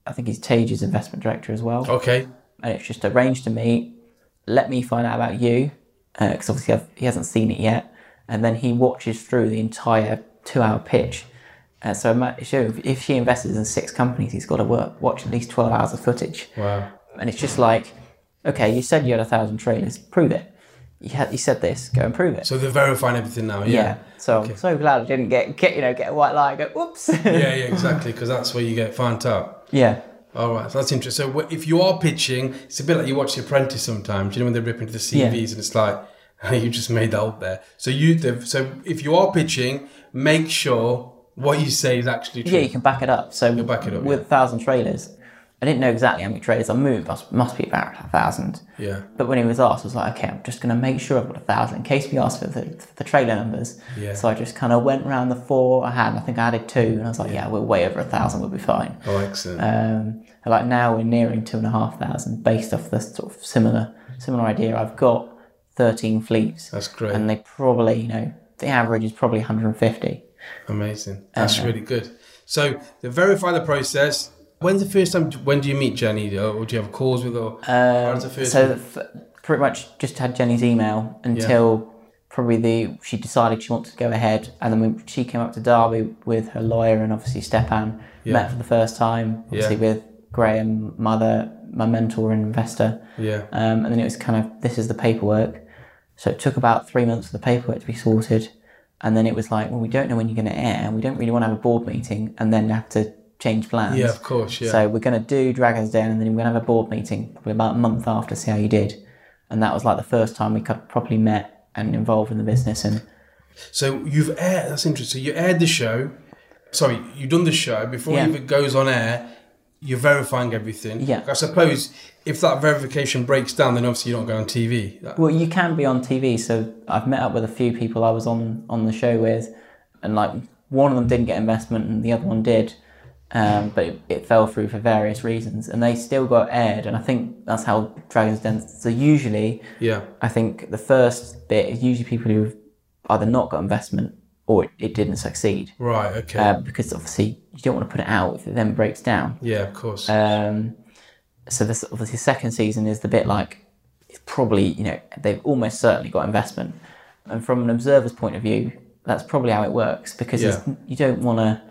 S2: I think he's Tage's investment director as well.
S1: okay,
S2: And it's just arranged to meet. Let me find out about you because obviously I've, he hasn't seen it yet, and then he watches through the entire two-hour pitch. Uh, so ima- so if- if she invests in six companies, he's got to work, watch at least twelve hours of footage.
S1: wow,
S2: And it's just like, okay, you said you had a thousand trailers, prove it. You, had, you said this, go and prove it.
S1: so they're verifying everything now.
S2: Yeah.
S1: Yeah,
S2: So I'm so glad I didn't get, get you know get a white lie. and Go whoops.
S1: yeah, yeah, exactly, because that's where you get found out.
S2: yeah.
S1: All right, so that's interesting. So wh- if you are pitching, it's a bit like you watch The Apprentice sometimes. You know when they rip into the CVs and it's like, you just made that up there. So you, the- so if you are pitching, make sure what you say is actually true.
S2: Yeah, you can back it up. So
S1: back it up,
S2: with a
S1: yeah.
S2: thousand trailers, I didn't know exactly how many trailers I moved. Must, must be about a thousand.
S1: Yeah.
S2: But when he was asked, I was like, okay, I'm just going to make sure I've got a thousand in case we ask for the, for the trailer numbers.
S1: Yeah.
S2: So I just kind of went round the four I had. and I think I added two, and I was like, yeah, we're way over a thousand. We'll be fine.
S1: Oh, excellent.
S2: Um, and, like now we're nearing two and a half thousand based off this sort of similar similar idea. I've got thirteen fleets.
S1: That's great.
S2: And they probably, you know, the average is probably 150.
S1: Amazing. That's really good. So to verify the process. When's the first time? When do you meet Jenny? Or do you have calls with her? Um, the first
S2: So f- pretty much just had Jenny's email until probably the she decided she wanted to go ahead, and then when she came up to Derby with her lawyer and obviously Stepan met for the first time, obviously with Graham, mother, my mentor and investor,
S1: Yeah.
S2: um, and then it was kind of this is the paperwork. So it took about three months for the paperwork to be sorted, and then it was like, well, we don't know when you're going to air, and we don't really want to have a board meeting, and then have to change plans.
S1: Yeah, of course. Yeah.
S2: So we're going to do Dragons Den, and then we're going to have a board meeting probably about a month after, see how you did. And that was like the first time we got properly met and involved in the business. And
S1: So you've aired. That's interesting. You aired the show. Sorry, you've done the show before
S2: Yeah.
S1: it even goes on air. You're verifying everything.
S2: Yeah.
S1: I suppose if that verification breaks down, then obviously you're not going on TV. That-
S2: well, you can be on TV, so I've met up with a few people I was on on the show with, and like one of them didn't get investment, and the other one did, um, but it, it fell through for various reasons, and they still got aired. And I think that's how Dragons Den. So usually,
S1: yeah.
S2: I think the first bit is usually people who've either not got investment or it, it didn't succeed.
S1: Right. Okay.
S2: uh, because obviously you don't want to put it out if it then breaks down.
S1: yeah. Of course.
S2: Um, so this obviously second season is the bit like it's probably you know they've almost certainly got investment, and from an observer's point of view, that's probably how it works because it's,
S1: Yeah.
S2: you don't want to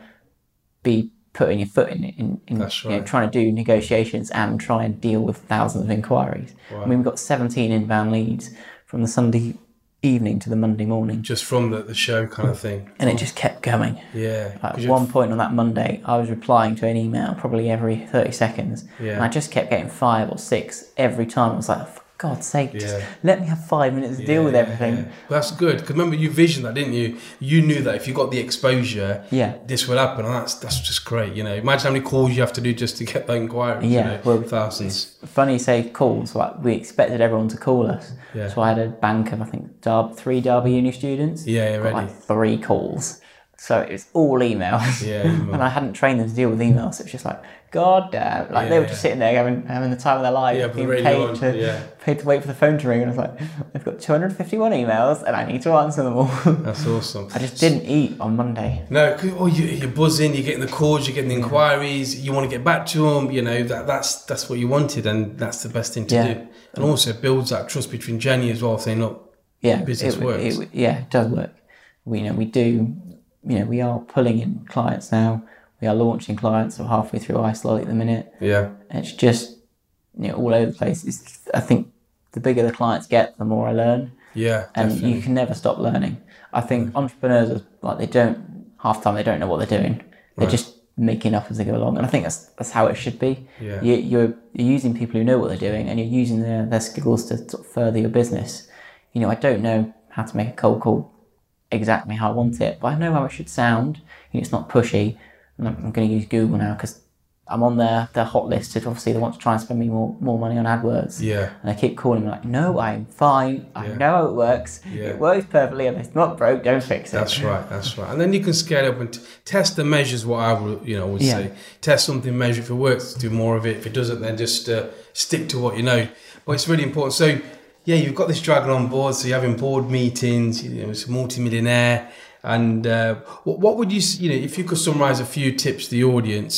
S2: be putting your foot in in, in
S1: That's
S2: you know,
S1: right.
S2: trying to do negotiations and try and deal with thousands of inquiries. I mean, we've got 17 inbound leads from the Sunday evening to the Monday morning,
S1: Just from the, the show kind of thing.
S2: and it just kept going.
S1: Yeah. 'Cause
S2: At
S1: you're-
S2: one point on that Monday, I was replying to an email probably every 30 seconds.
S1: Yeah.
S2: And I just kept getting five or six every time. I was like, for God's sake, just
S1: Yeah.
S2: let me have five minutes to deal with everything.
S1: Yeah. That's good. Because remember, you visioned that, didn't you? You knew that if you got the exposure,
S2: Yeah.
S1: this will happen. And that's that's just great. You know, imagine how many calls you have to do just to get that inquiry.
S2: Yeah,
S1: You know,
S2: well-
S1: thousands.
S2: Funny you say calls, like we expected everyone to call us.
S1: Yeah.
S2: So I had a bank of, I think, Derb, three Derby Uni students.
S1: Yeah, yeah,
S2: Got
S1: ready.
S2: like three calls. So it was all emails.
S1: Yeah,
S2: and
S1: email.
S2: I hadn't trained them to deal with emails. So it was just like, God damn. Like they
S1: Yeah,
S2: were just
S1: yeah.
S2: sitting there having, having the time of their life.
S1: Yeah, but
S2: being
S1: radio
S2: paid
S1: on,
S2: to,
S1: yeah.
S2: paid to wait for the phone to ring. And I was like, they've got 251 emails and I need to answer them all.
S1: That's awesome.
S2: I just didn't eat on Monday.
S1: No, 'cause- oh, you, you're buzzing. You're getting the calls. You're getting
S2: Mm.
S1: the inquiries. You want to get back to them. You know that that's that's what you wanted, and that's the best thing to
S2: Yeah.
S1: do. And also builds that trust between Jenny as well. Saying, look,
S2: Yeah,
S1: Business
S2: it,
S1: works.
S2: It, yeah, it does work. We you know we do. You know we are pulling in clients now. We are launching clients. We're halfway through isolate at the minute.
S1: yeah,
S2: It's just you know all over the place. It's, I think the bigger the clients get, the more I learn,
S1: yeah,
S2: and
S1: definitely. Mm.
S2: you can never stop learning. I think entrepreneurs are like they don't half the time they don't know what they're doing. They're just making up as they go along, and I think that's that's how it should be.
S1: Yeah.
S2: You, you're, you're using people who know what they're doing, and you're using their their skills to sort of further your business. You know, I don't know how to make a cold call exactly how I want it, but I know how it should sound. You know, it's not pushy, and I'm, I'm going to use Google now because I'm on their their hot list. And obviously, they want to try and spend me more more money on AdWords.
S1: yeah.
S2: And I keep calling them like, no, I'm fine. I know how it works.
S1: Yeah.
S2: It works perfectly. If it's not broke, don't fix it.
S1: That's right. That's right. And then you can scale up and t- test the measures. What I would, you know, would
S2: Yeah.
S1: say test something, measure if it works, do more of it. If it doesn't, then just uh, stick to what you know. But it's really important. So yeah, you've got this dragon on board. So you're having board meetings. You know, it's a multimillionaire. And uh, what, what would you, s- you know, if you could summarize a few tips to the audience?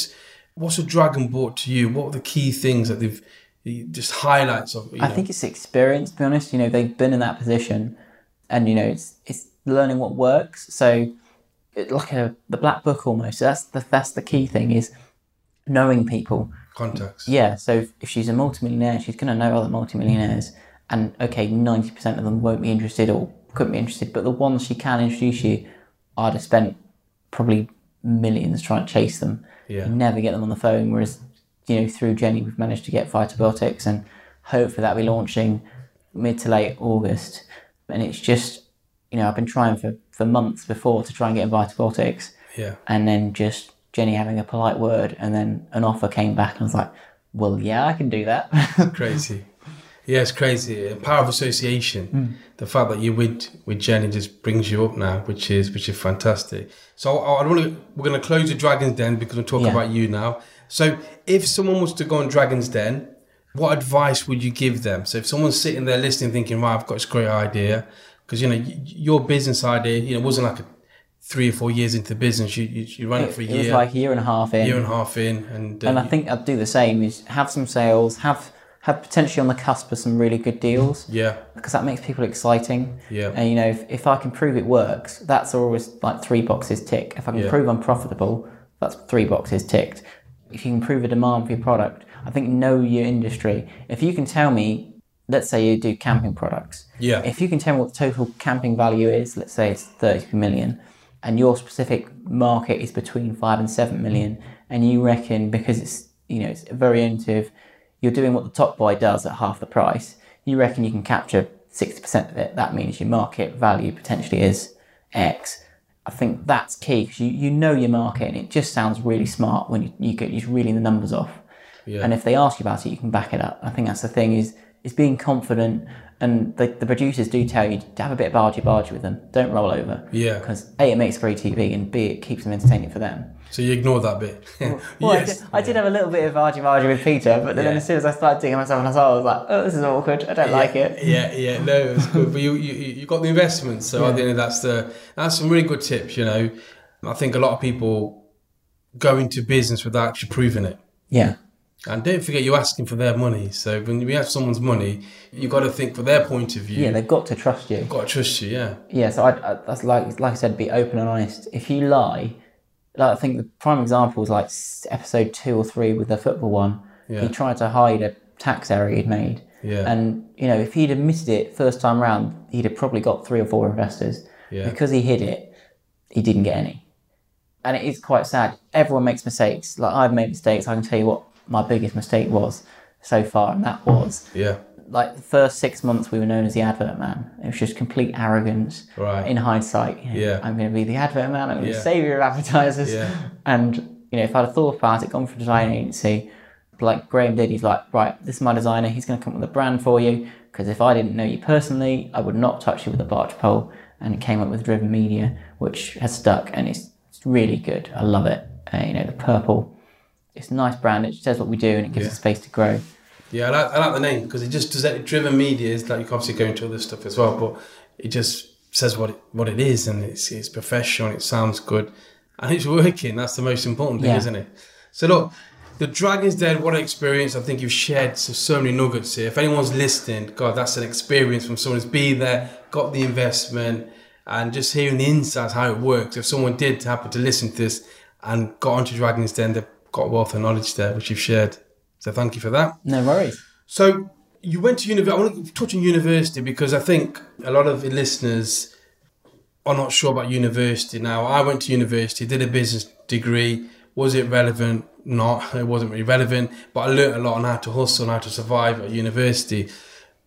S1: What's a dragon brought to you? What are the key things that they've the- just highlights of? You know?
S2: I think it's experience, to be honest. You know, they've been in that position and, you know, it's, it's learning what works. So, it, like a, the black book almost. So that's the, that's the key thing is knowing people.
S1: contacts.
S2: Yeah, so if, if she's a multimillionaire, she's going to know other multimillionaires. And okay, 90% of them won't be interested or couldn't be interested, but the ones she can introduce you, I'd have spent probably millions trying to chase them.
S1: Yeah.
S2: You never get them on the phone, whereas, you know, through Jenny, we've managed to get Vitabiotics and hopefully that'll be launching mid to late August. and it's just you know I've been trying for for months before to try and get invited to Vortex,
S1: Yeah.
S2: and then just Jenny having a polite word, and then an offer came back, and I was like, well, yeah, I can do that.
S1: Crazy. Yeah, it's crazy. Uh, Power of association.
S2: Hmm.
S1: The fact that you're with with Jenny just brings you up now, which is which is fantastic. So I, I want to we're going to close the Dragons Den because I'm talking
S2: Yeah.
S1: about you now. So if someone was to go on Dragons Den, what advice would you give them? So if someone's sitting there listening, thinking, "Right, I've got this great idea," because you know y- your business idea, you know, wasn't like a three or four years into the business. You you, you ran it, for a
S2: it
S1: year,
S2: was like a year and a half in,
S1: year and a half in, and, uh,
S2: and I think I'd do the same: is have some sales, have have potentially on the cusp of some really good deals.
S1: yeah,
S2: because that makes people exciting.
S1: Yeah.
S2: And you know, if, if I can prove it works, that's always like three boxes tick. If I can
S1: Yeah.
S2: prove I'm profitable, that's three boxes ticked. If you can prove a demand for your product, I think know your industry. If you can tell me, let's say you do camping products.
S1: Yeah.
S2: If you can tell me what the total camping value is, let's say it's 30 million, and your specific market is between five and seven million, and you reckon because it's you know it's very intuitive, you're doing what the top boy does at half the price. You reckon you can capture 60% of it. That means your market value potentially is X. I think that's key because you, you know your market and it just sounds really smart when you, you get you're reeling the numbers off.
S1: Yeah.
S2: And if they ask you about it, you can back it up. I think that's the thing is is being confident. And the, the producers do tell you to have a bit of bargy bargy with them. Don't roll over.
S1: Yeah.
S2: Because A, it makes great TV, and B, it keeps them entertaining for them.
S1: so you ignore that bit.
S2: Well, I, did, I did have a little bit of bargy bargy with Peter, but then,
S1: Yeah.
S2: as soon as I started digging myself in the hole, I was like, oh, this is awkward. I don't like it.
S1: Yeah, yeah, no, it's good. But you, you, you got the investment, so I think that's the that's some really good tips. You know, I think a lot of people go into business without actually proving it.
S2: Yeah.
S1: And don't forget, you're asking for their money. So when you have someone's money, you got to think from their point of view.
S2: Yeah, they've got to trust you.
S1: got to trust you. Yeah,
S2: yeah, so I, I, that's like like I said, be open and honest. If you lie, like I think the prime example is like s- episode two or three with the football one.
S1: Yeah.
S2: He tried to hide a tax error he'd made,
S1: Yeah.
S2: and you know if he'd admitted it first time round, he'd have probably got three or four investors.
S1: Yeah.
S2: Because he hid it, he didn't get any, and it is quite sad. Everyone makes mistakes. Like I've made mistakes. I can tell you what my biggest mistake was so far, and that was
S1: yeah,
S2: like the first six months we were known as the advert man. It was just complete arrogance.
S1: Right.
S2: In hindsight, you know,
S1: Yeah.
S2: I'm going to be the advert man. I'm going to
S1: Yeah.
S2: save your advertisers.
S1: Yeah.
S2: And you know, if I'd have thought about it, gone for a design agency, like Graham did, he's like, right, this is my designer. He's going to come up with a brand for you. Because if I didn't know you personally, I would not touch you with a barge pole. And it came up with Driven Media, which has stuck, and it's, it's really good. I love it. Uh, you know, the purple. It's a nice brand. It says what we do, and it gives us space to grow.
S1: yeah. I like, I like the name because it just does that. Driven media is like you can obviously go into other stuff as well, but it just says what it, what it is, and it's it's professional, and it sounds good, and it's working. That's the most important thing,
S2: Yeah.
S1: isn't it? So look, the Dragons Den. What an experience! I think you've shared so, so many nuggets here. If anyone's listening, God, that's an experience from someone who's been there, got the investment, and just hearing the insights how it works. If someone did happen to listen to this and got onto Dragons Den, they've got wealth of knowledge there, which you've shared. So thank you for that.
S2: No worries.
S1: So you went to university. I want to touch on university because I think a lot of the listeners are not sure about university now. I went to university, did a business degree. Was it relevant? Not. It wasn't really relevant. But I learnt a lot on how to hustle and how to survive at university.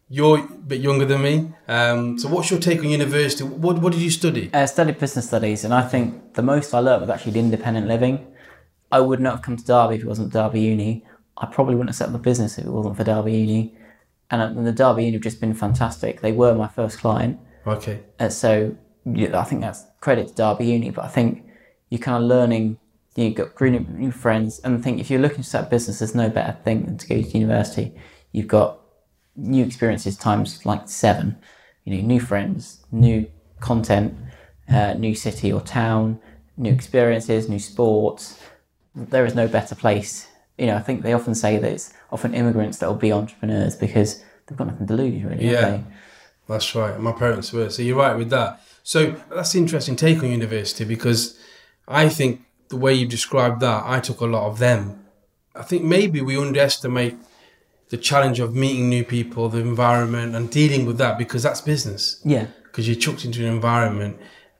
S1: You're a bit younger than me. Um, so what's your take on university? What, what did you study?
S2: I studied Uh, business studies, and I think the most I learnt was actually the independent living. I would not have come to Derby if it wasn't Derby Uni. I probably wouldn't have set up a business if it wasn't for Derby Uni. And, uh, the Derby Uni have just been fantastic. They were my first client.
S1: Okay.
S2: And Uh, so yeah, I think that's credit to Derby Uni, but I think you're kind of learning, you've got green new friends, and I think if you're looking to set up a business, there's no better thing than to go to university. You've got new experiences times like seven, you know, new friends, new content, uh, new city or town, new experiences, new sports. There is no better place. You know, I think they often say that it's often immigrants that will be entrepreneurs because they've got nothing to lose, really.
S1: Yeah.
S2: Have they?
S1: That's right. My parents were. So you're right with that. So that's an interesting take on university because I think the way you described that, I took a lot of them. I think maybe we underestimate the challenge of meeting new people, the environment, and dealing with that because that's business.
S2: Yeah.
S1: Because you're chucked into an environment.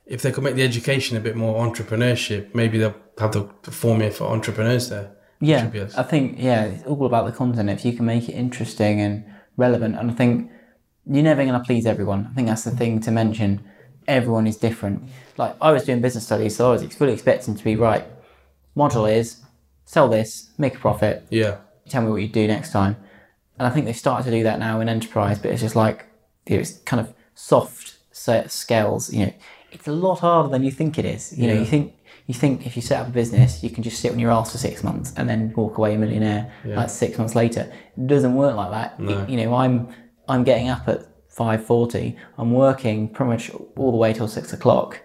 S1: If they could make the education a bit more entrepreneurship, maybe they'll have the formula for entrepreneurs there.
S2: Yeah,
S1: be us.
S2: I think yeah, it's all about the content. If you can make it interesting and relevant, and I think you're never going to please everyone. I think that's the thing to mention. Everyone is different. Like I was doing business studies, so I was fully expecting to be right. Model is sell this, make a profit,
S1: Yeah.
S2: tell me what you do next time. And I think they start to do that now in enterprise, but it's just like you know, it's kind of soft set scales. You know, it's a lot harder than you think it is. You know, you think you think if you set up a business, you can just sit on your ass for six months and then walk away a millionaire like six months later. It doesn't work like that. It- you know, I'm I'm getting up at five forty. I'm working pretty much all the way till six o'clock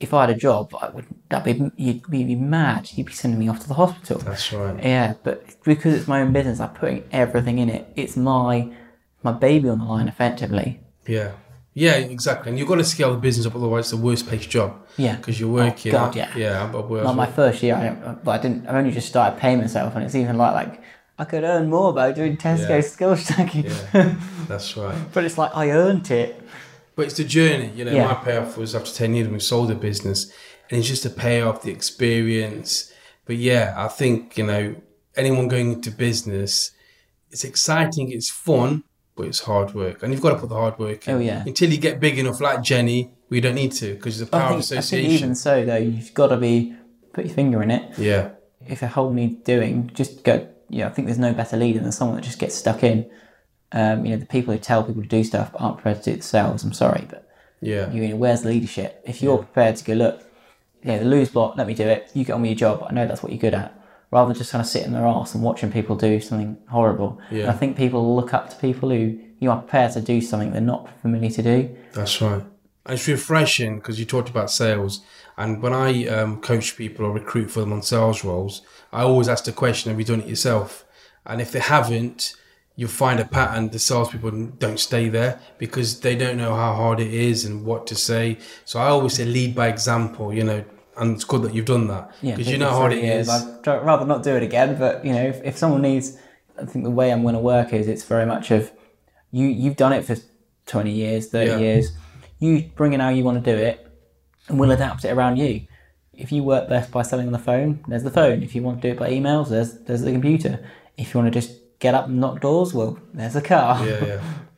S2: if I had a job, I would that would be you'd be be mad. You'd be sending me off to the hospital.
S1: That's right.
S2: Yeah, but because it's my own business, I'm putting everything in it. It's my my baby on the line, effectively.
S1: Yeah. Yeah, exactly. And you've got to scale the business up, otherwise, it's the worst paid job.
S2: Yeah. Oh,
S1: Because you're working.
S2: God,
S1: out-
S2: yeah.
S1: Yeah, but we're.
S2: Like my first year, I, don't, I didn't. I've only just started paying myself, and it's even like like I could earn more by doing Tesco
S1: Yeah.
S2: skill stacking.
S1: that's right.
S2: but it's like I earned it.
S1: But it's the journey, you know.
S2: Yeah.
S1: My payoff was after ten years we sold the business, and it's just the payoff, the experience. But yeah, I think you know anyone going into business, it's exciting, it's fun, but it's hard work, and you've got to put the hard work. in.
S2: Oh, yeah.
S1: Until you get big enough, like Jenny, we don't need to because the power
S2: I
S1: of
S2: think, I think
S1: association.
S2: even so, though, you've got to be put your finger in it.
S1: yeah,
S2: if a whole needs doing, just go. Yeah, I think there's no better leader than someone that just gets stuck in. Um, you know, the people who tell people to do stuff but aren't prepared to do it themselves. I'm sorry, but
S1: yeah,
S2: you know, where's the leadership? If you're prepared to go, look, yeah, the lose block, let me do it. You get on with your job. I know that's what you're good at. Rather than just kind of sitting their ass and watching people do something horrible. And I think people look up to people who you are prepared to do something they're not familiar to do.
S1: that's right. And it's refreshing because you talked about sales, and when I um, coach people or recruit for them on sales roles, I always ask the question: Have you done it yourself? And if they haven't, you'll find a pattern. The salespeople don't stay there because they don't know how hard it is and what to say. So I always say lead by example, you know, and it's good that you've done that because you know how hard it is.
S2: I'd dr- rather not do it again, but you know, if, if someone needs, I think the way I'm going to work is it's very much of you. You've done it for 20 years, 30
S1: Yeah.
S2: years. You bring in how you want to do it, and we'll adapt it around you. If you work best by selling on the phone, there's the phone. If you want to do it by emails, there's there's the computer. If you want to just get up and knock doors, well, there's a car.
S1: Yeah, yeah.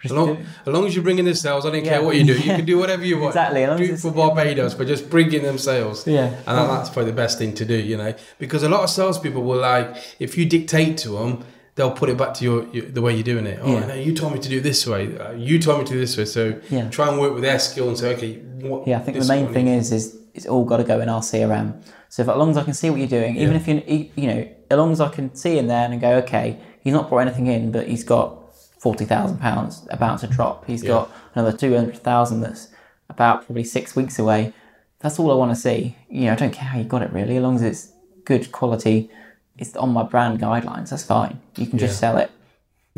S1: As
S2: Just do
S1: long,
S2: it.
S1: as long as you bring in the sales, I don't
S2: Yeah.
S1: care what you do. You can do whatever you want.
S2: Exactly, as long
S1: Do
S2: as
S1: it
S2: it's-
S1: for Barbados, but just bring in them sales.
S2: Yeah.
S1: And that- that's probably the best thing to do, you know, because a lot of salespeople will like, if you dictate to them, they'll put it back to your, your the way you're doing it. Oh,
S2: Yeah.
S1: no, you told me to do it this way. Uh, you told me to do this way. So
S2: Yeah.
S1: try and work with their skill and say, okay, what,
S2: Yeah, I think the
S1: this
S2: main
S1: one
S2: thing
S1: is-
S2: is is it's all got to go in our CRM. So if, as long as I can see what you're doing, even if you you know, as long as I can see in there and go, okay, he's not brought anything in, but he's got forty thousand pounds about to drop. He's got another two hundred thousand that's about probably six weeks away. That's all I want to see. You know, I don't care how you got it really, as long as it's good quality. It's on my brand guidelines. That's fine. You can just sell it.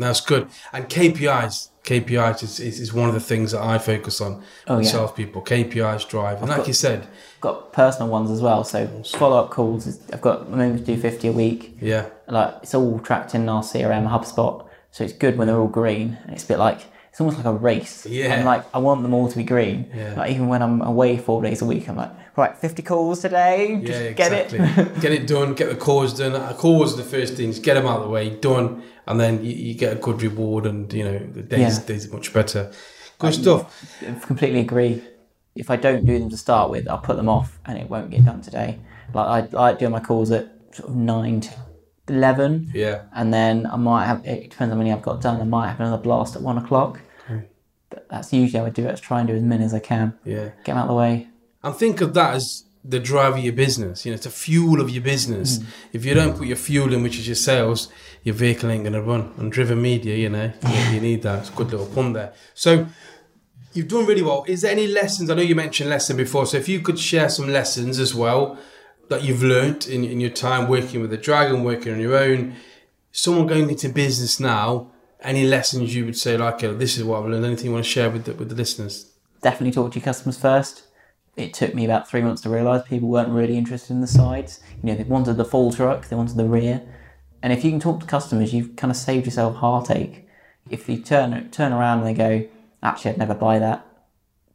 S1: That's good. And KPIs, KPIs is, is, is one of the things that I focus on with
S2: Oh, yeah.
S1: salespeople. KPIs drive. And like you said,
S2: Got personal ones as well. So follow up calls. Is, I've got I'm aiming to do fifty a week.
S1: yeah.
S2: like it's all tracked in our CRM HubSpot, so it's good when they're all green. And it's a bit like it's almost like a race.
S1: Yeah.
S2: I'm like I want them all to be green. Like even when I'm away four days a week, I'm like right, 50 calls today. Just get it.
S1: get it done, get the cause done. A cause is the first thing, just get them out of the way, done, and then you, you get a good reward, and you know, the days,
S2: Yeah.
S1: days are much better. Good stuff.
S2: I completely agree. If I don't do them to start with, I'll put them off, and it won't get done today. Like I I like doing my calls at sort of nine to eleven.
S1: Yeah.
S2: and then I might have. It depends how many I've got done. I might have another blast at one o'clock. But that's usually how I do it. I try and do as many as I can.
S1: Yeah.
S2: Get them out of the way.
S1: And think of that as the drive of your business. You know, it's the fuel of your business. If you don't put your fuel in, which is your sales, your vehicle ain't gonna run. And driven media, you know, you- you need that. It's a good little pun there. So you've done really well. Is there any lessons? I know you mentioned lesson before. So if you could share some lessons as well that you've learnt in, in your time working with the dragon, working on your own, someone going into business now. Any lessons you would say, like, oh, this is what I've learned? Anything you want to share with the, with the listeners?
S2: definitely talk to your customers first. It took me about three months to realise people weren't really interested in the sides. You know, they wanted the full truck, they wanted the rear. And if you can talk to customers, you've kind of saved yourself heartache. If you turn turn around and they go, actually, I'd never buy that,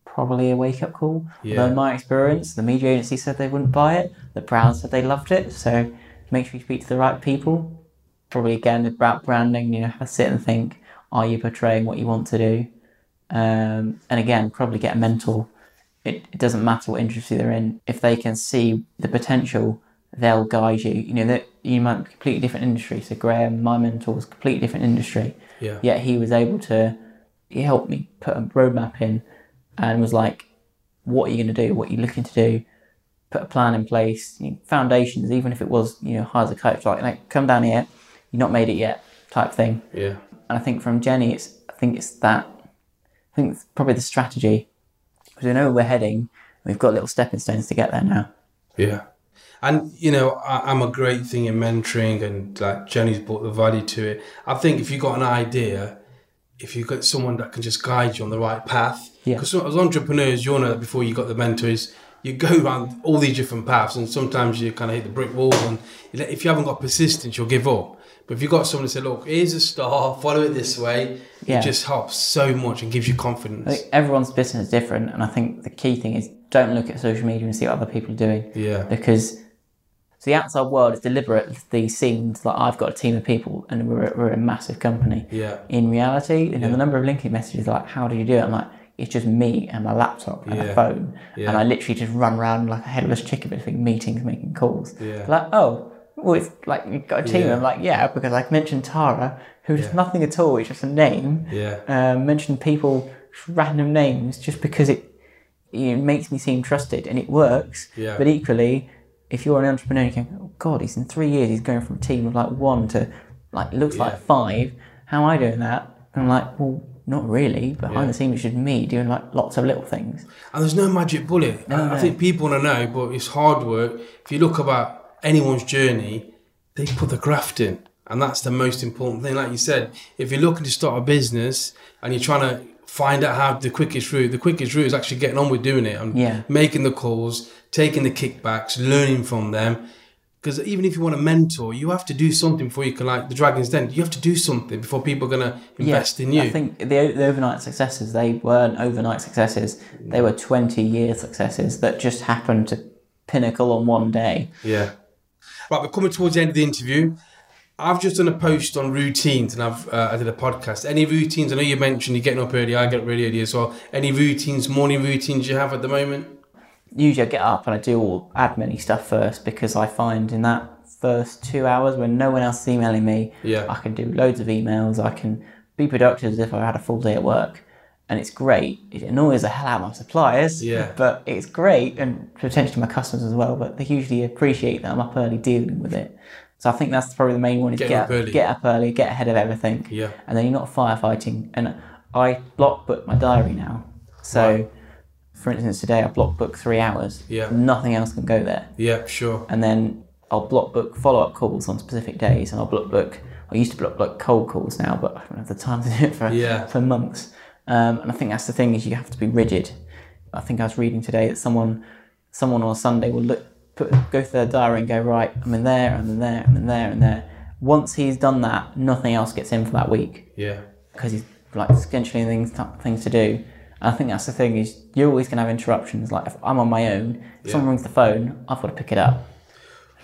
S2: probably a wake up call. Although in my experience, the media agency said they wouldn't buy it, the brand said they loved it. So make sure you speak to the right people. Probably again about branding, you know, have a sit and think: Are you portraying what you want to do? Um, and again, probably get a mentor. It, it doesn't matter what industry they're in. If they can see the potential, they'll guide you. You know, that you might be completely different industry. So Graham, my mentor, was completely different industry.
S1: Yeah.
S2: Yet he was able to, he helped me put a roadmap in and was like, what are you going to do? What are you looking to do? Put a plan in place, you know, foundations, even if it was, you know, hire as a coach, like, like come down here, you've not made it yet type thing.
S1: Yeah.
S2: And I think from Jenny, it's I think it's that. I think it's probably the strategy because we know where we're heading. We've got little stepping stones to get there now.
S1: Yeah. And, you know, I, I'm a great thing in mentoring and like Jenny's brought the value to it. I think if you've got an idea, if you've got someone that can just guide you on the right path,
S2: Yeah.
S1: because as entrepreneurs, you'll know that before you got the mentors, you go around all these different paths and sometimes you kind of hit the brick wall. And you know, if you haven't got persistence, you'll give up. But if you've got someone to say, look, here's a star, follow it this way,
S2: Yeah.
S1: it just helps so much and gives you confidence.
S2: I think everyone's business is different, and I think the key thing is don't look at social media and see what other people are doing
S1: yeah.
S2: because so the outside world is deliberately seen like I've got a team of people and we're, we're a massive company.
S1: Yeah.
S2: In reality, you
S1: Yeah.
S2: know, the number of LinkedIn messages like, how do you do it? I'm like, it's just me and my laptop and
S1: Yeah.
S2: a phone.
S1: Yeah.
S2: And I literally just run around like a headless chicken between meetings, making calls.
S1: Yeah.
S2: Like, oh, well, it's like you've got a team.
S1: Yeah.
S2: I'm like, yeah, because I mentioned Tara, who does nothing at all, it's just a name.
S1: Yeah.
S2: Um, mentioned people, just random names, just because it, it makes me seem trusted and it works.
S1: Yeah.
S2: But equally, if you're an entrepreneur, you can, oh God, he's in three years, he's going from a team of like one to like, looks like five. How am I doing that? And I'm like, well, not really. Behind the scenes, it's just me doing like lots of little things.
S1: And there's no magic bullet. I, I think people want to know, but it's hard work. If you look about anyone's journey, they put the graft in. And that's the most important thing. Like you said, if you're looking to start a business and you're trying to find out how the quickest route, the quickest route is actually getting on with doing it and
S2: Yeah.
S1: making the calls, taking the kickbacks, learning from them. Because even if you want to mentor, you have to do something before you can, like the Dragon's Den, you have to do something before people are going to invest in you.
S2: I think the, the overnight successes, they weren't overnight successes. They were 20 year successes that just happened to pinnacle on one day.
S1: Yeah. Right, we're coming towards the end of the interview. I've just done a post on routines, and I've uh, I did a podcast. Any routines? I know you mentioned you're getting up early. I get up really early as well. Any routines, morning routines you have at the moment?
S2: usually I get up and I do all admin stuff first because I find in that first two hours when no one else is emailing me,
S1: Yeah.
S2: I can do loads of emails. I can be productive as if I had a full day at work, and it's great. It annoys the hell out of my suppliers,
S1: Yeah.
S2: but it's great and potentially my customers as well. But they usually appreciate that I'm up early dealing with it. So I think that's probably the main one: is
S1: Get
S2: get,
S1: up early.
S2: get up early, get ahead of everything,
S1: Yeah.
S2: and then you're not firefighting. And I block book my diary now, so for instance, today I block book three hours.
S1: Yeah.
S2: Nothing else can go there.
S1: Yeah, sure.
S2: And then I'll block book follow up calls on specific days, and I'll block book. I used to block book cold calls now, but I haven't had the time to do it for
S1: Yeah.
S2: for months. Um, and I think that's the thing is you have to be rigid. I think I was reading today that someone someone on a Sunday will look put go through their diary and go right. I'm in there. I'm in there. I'm in there. And there. Once he's done that, nothing else gets in for that week
S1: Yeah,
S2: because he's like scheduling things things to do. And I think that's the thing is you're always gonna have interruptions. Like if I'm on my own, if someone rings the phone, I've got to pick it up.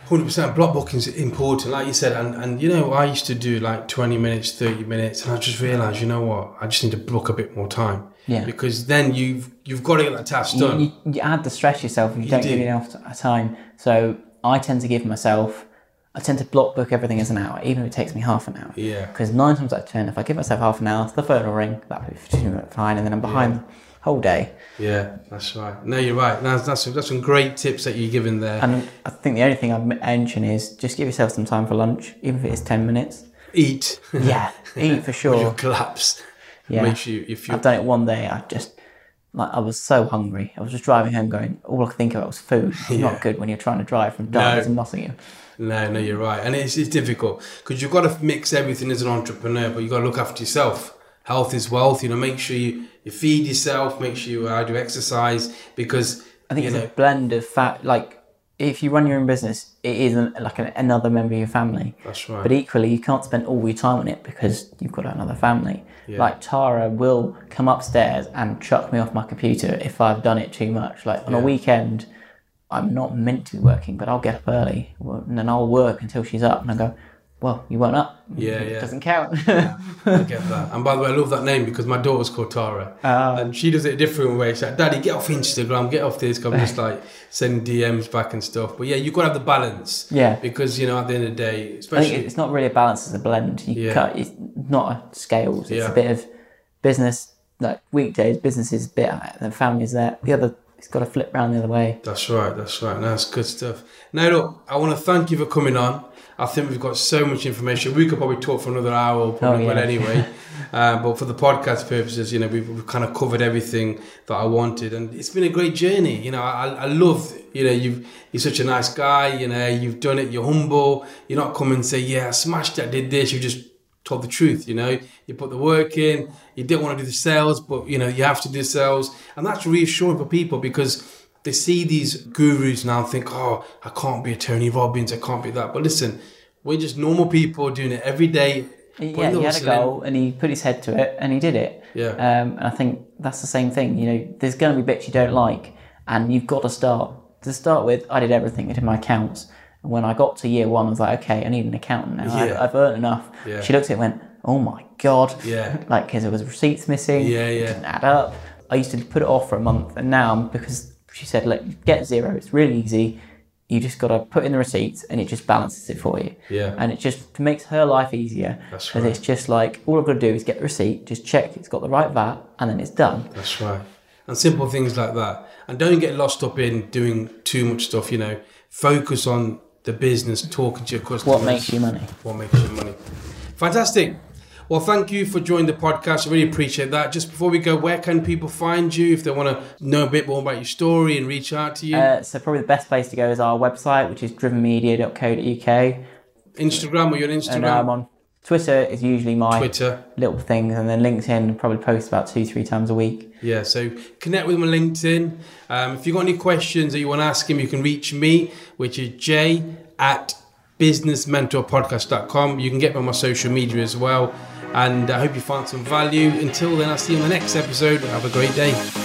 S1: hundred percent. Block booking is important, like you said. And and you know, I used to do like twenty minutes, thirty minutes, and I just realised, you know what? I just need to block a bit more time.
S2: Yeah.
S1: Because then you've you've got to get that task
S2: You,
S1: done.
S2: you, you add the stress yourself if you don't
S1: do.
S2: give enough t- time. So I tend to give myself. I tend to block book everything as an hour, even if it takes me half an hour.
S1: Yeah.
S2: Because nine times out of ten, if I give myself half an hour, the phone will ring. That'll be fine, and then I'm behind the whole day.
S1: yeah, that's right. No, you're right. That's that's that's some great tips that you're giving there.
S2: And I think the only thing I'd mention is just give yourself some time for lunch, even if it is ten minutes.
S1: Eat.
S2: Yeah, eat for sure.
S1: You'll collapse.
S2: Yeah.
S1: Make sure you, if you
S2: I've done it one day. I just like I was so hungry. I was just driving home, going. All I could think about was food. It's Not good when you're trying to drive from Dartford to Nottingham.
S1: no, no, you're right, and it's, it's difficult because you've got to mix everything as an entrepreneur, but you've got to look after yourself. Health is wealth. You know, make sure you, you feed yourself. Make sure you uh, do exercise because
S2: I think
S1: you
S2: it's
S1: know
S2: a blend of fat. Like if you run your own business, it isn't like an, another member of your family.
S1: that's right.
S2: But equally, you can't spend all your time on it because you've got another family. Like Tara will come upstairs and chuck me off my computer if I've done it too much. Like on a weekend, I'm not meant to be working, but I'll get up early and then I'll work until she's up and I go, well, you weren't up.
S1: Yeah,
S2: It
S1: yeah.
S2: doesn't count.
S1: I get that. And by the way, I love that name because my daughter's called Tara.
S2: Ah.
S1: and she does it a different way. She's like, Daddy, get off Instagram, get off this. 'cause I'm just like sending DMs back and stuff. But yeah, you've got to have the balance.
S2: Yeah.
S1: Because, you know, at the end of the day,
S2: I think
S1: especially.
S2: it's not really a balance; it's a blend. You
S1: Yeah.
S2: cut. It's not a scales. It's
S1: Yeah.
S2: a bit of business. Like weekdays, business is a bit, higher, and then family is there. The other, it's got to flip round the other way.
S1: That's right, that's right. No, That's good stuff. Now, look, I want to thank you for coming on. I think we've got so much information. We could probably talk for another hour, or probably,
S2: Oh, yeah.
S1: but anyway. uh, but for the podcast purposes, you know, we've, we've kind of covered everything that I wanted, and it's been a great journey. You know, I, I love, you know, you've you're such a nice guy. You know, you've done it. You're humble. You're not come and say, yeah, I smashed it, I did this. You just told the truth. You know, you put the work in. You didn't want to do the sales, but you know, you have to do sales, and that's reassuring for people because they see these gurus now and think, oh, I can't be a Tony Robbins, I can't be that. But listen, we're just normal people doing it every day.
S2: Yeah,
S1: putting the
S2: he had a
S1: hustle in.
S2: goal and he put his head to it and he did it.
S1: Yeah.
S2: Um, and I think that's the same thing. You know, there's going to be bits you don't like, and you've got to start. To start with, I did everything. I did my accounts. And when I got to year one, I was like, okay, I need an accountant now.
S1: Yeah.
S2: I, I've earned enough.
S1: Yeah.
S2: She looked at it and went, oh my God.
S1: Yeah.
S2: Like, because there was receipts missing.
S1: Yeah,
S2: it
S1: yeah.
S2: didn't add up. I used to put it off for a month, and now I'm- because she said, look, get zero. It's really easy. You just got to put in the receipts, and it just balances it for you.
S1: Yeah.
S2: And it just makes her life easier.
S1: That's
S2: Because
S1: right.
S2: it's just like all I've got to do is get the receipt, just check it's got the right VAT, and then it's done.
S1: That's right. And simple things like that. And don't get lost up in doing too much stuff, you know. Focus on the business, talking to your customers.
S2: What makes you money?
S1: What makes you money? Fantastic. Well, thank you for joining the podcast. I really appreciate that. Just before we go, where can people find you if they want to know a bit more about your story and reach out to you?
S2: Uh, so probably the best place to go is our website, which is drivenmedia.co.uk.
S1: Instagram or your
S2: And uh, I'm
S1: Instagram,
S2: on Twitter is usually my
S1: Oh, Twitter.
S2: little things, and then LinkedIn probably post about two, three times a week.
S1: Yeah, so connect with him on LinkedIn. Um, if you've got any questions that you want to ask him, you can reach me, which is j at businessmentorpodcast.com. You can get me on my social media as well. And I hope you find some value. Until then, I'll see you on the next episode. Have a great day.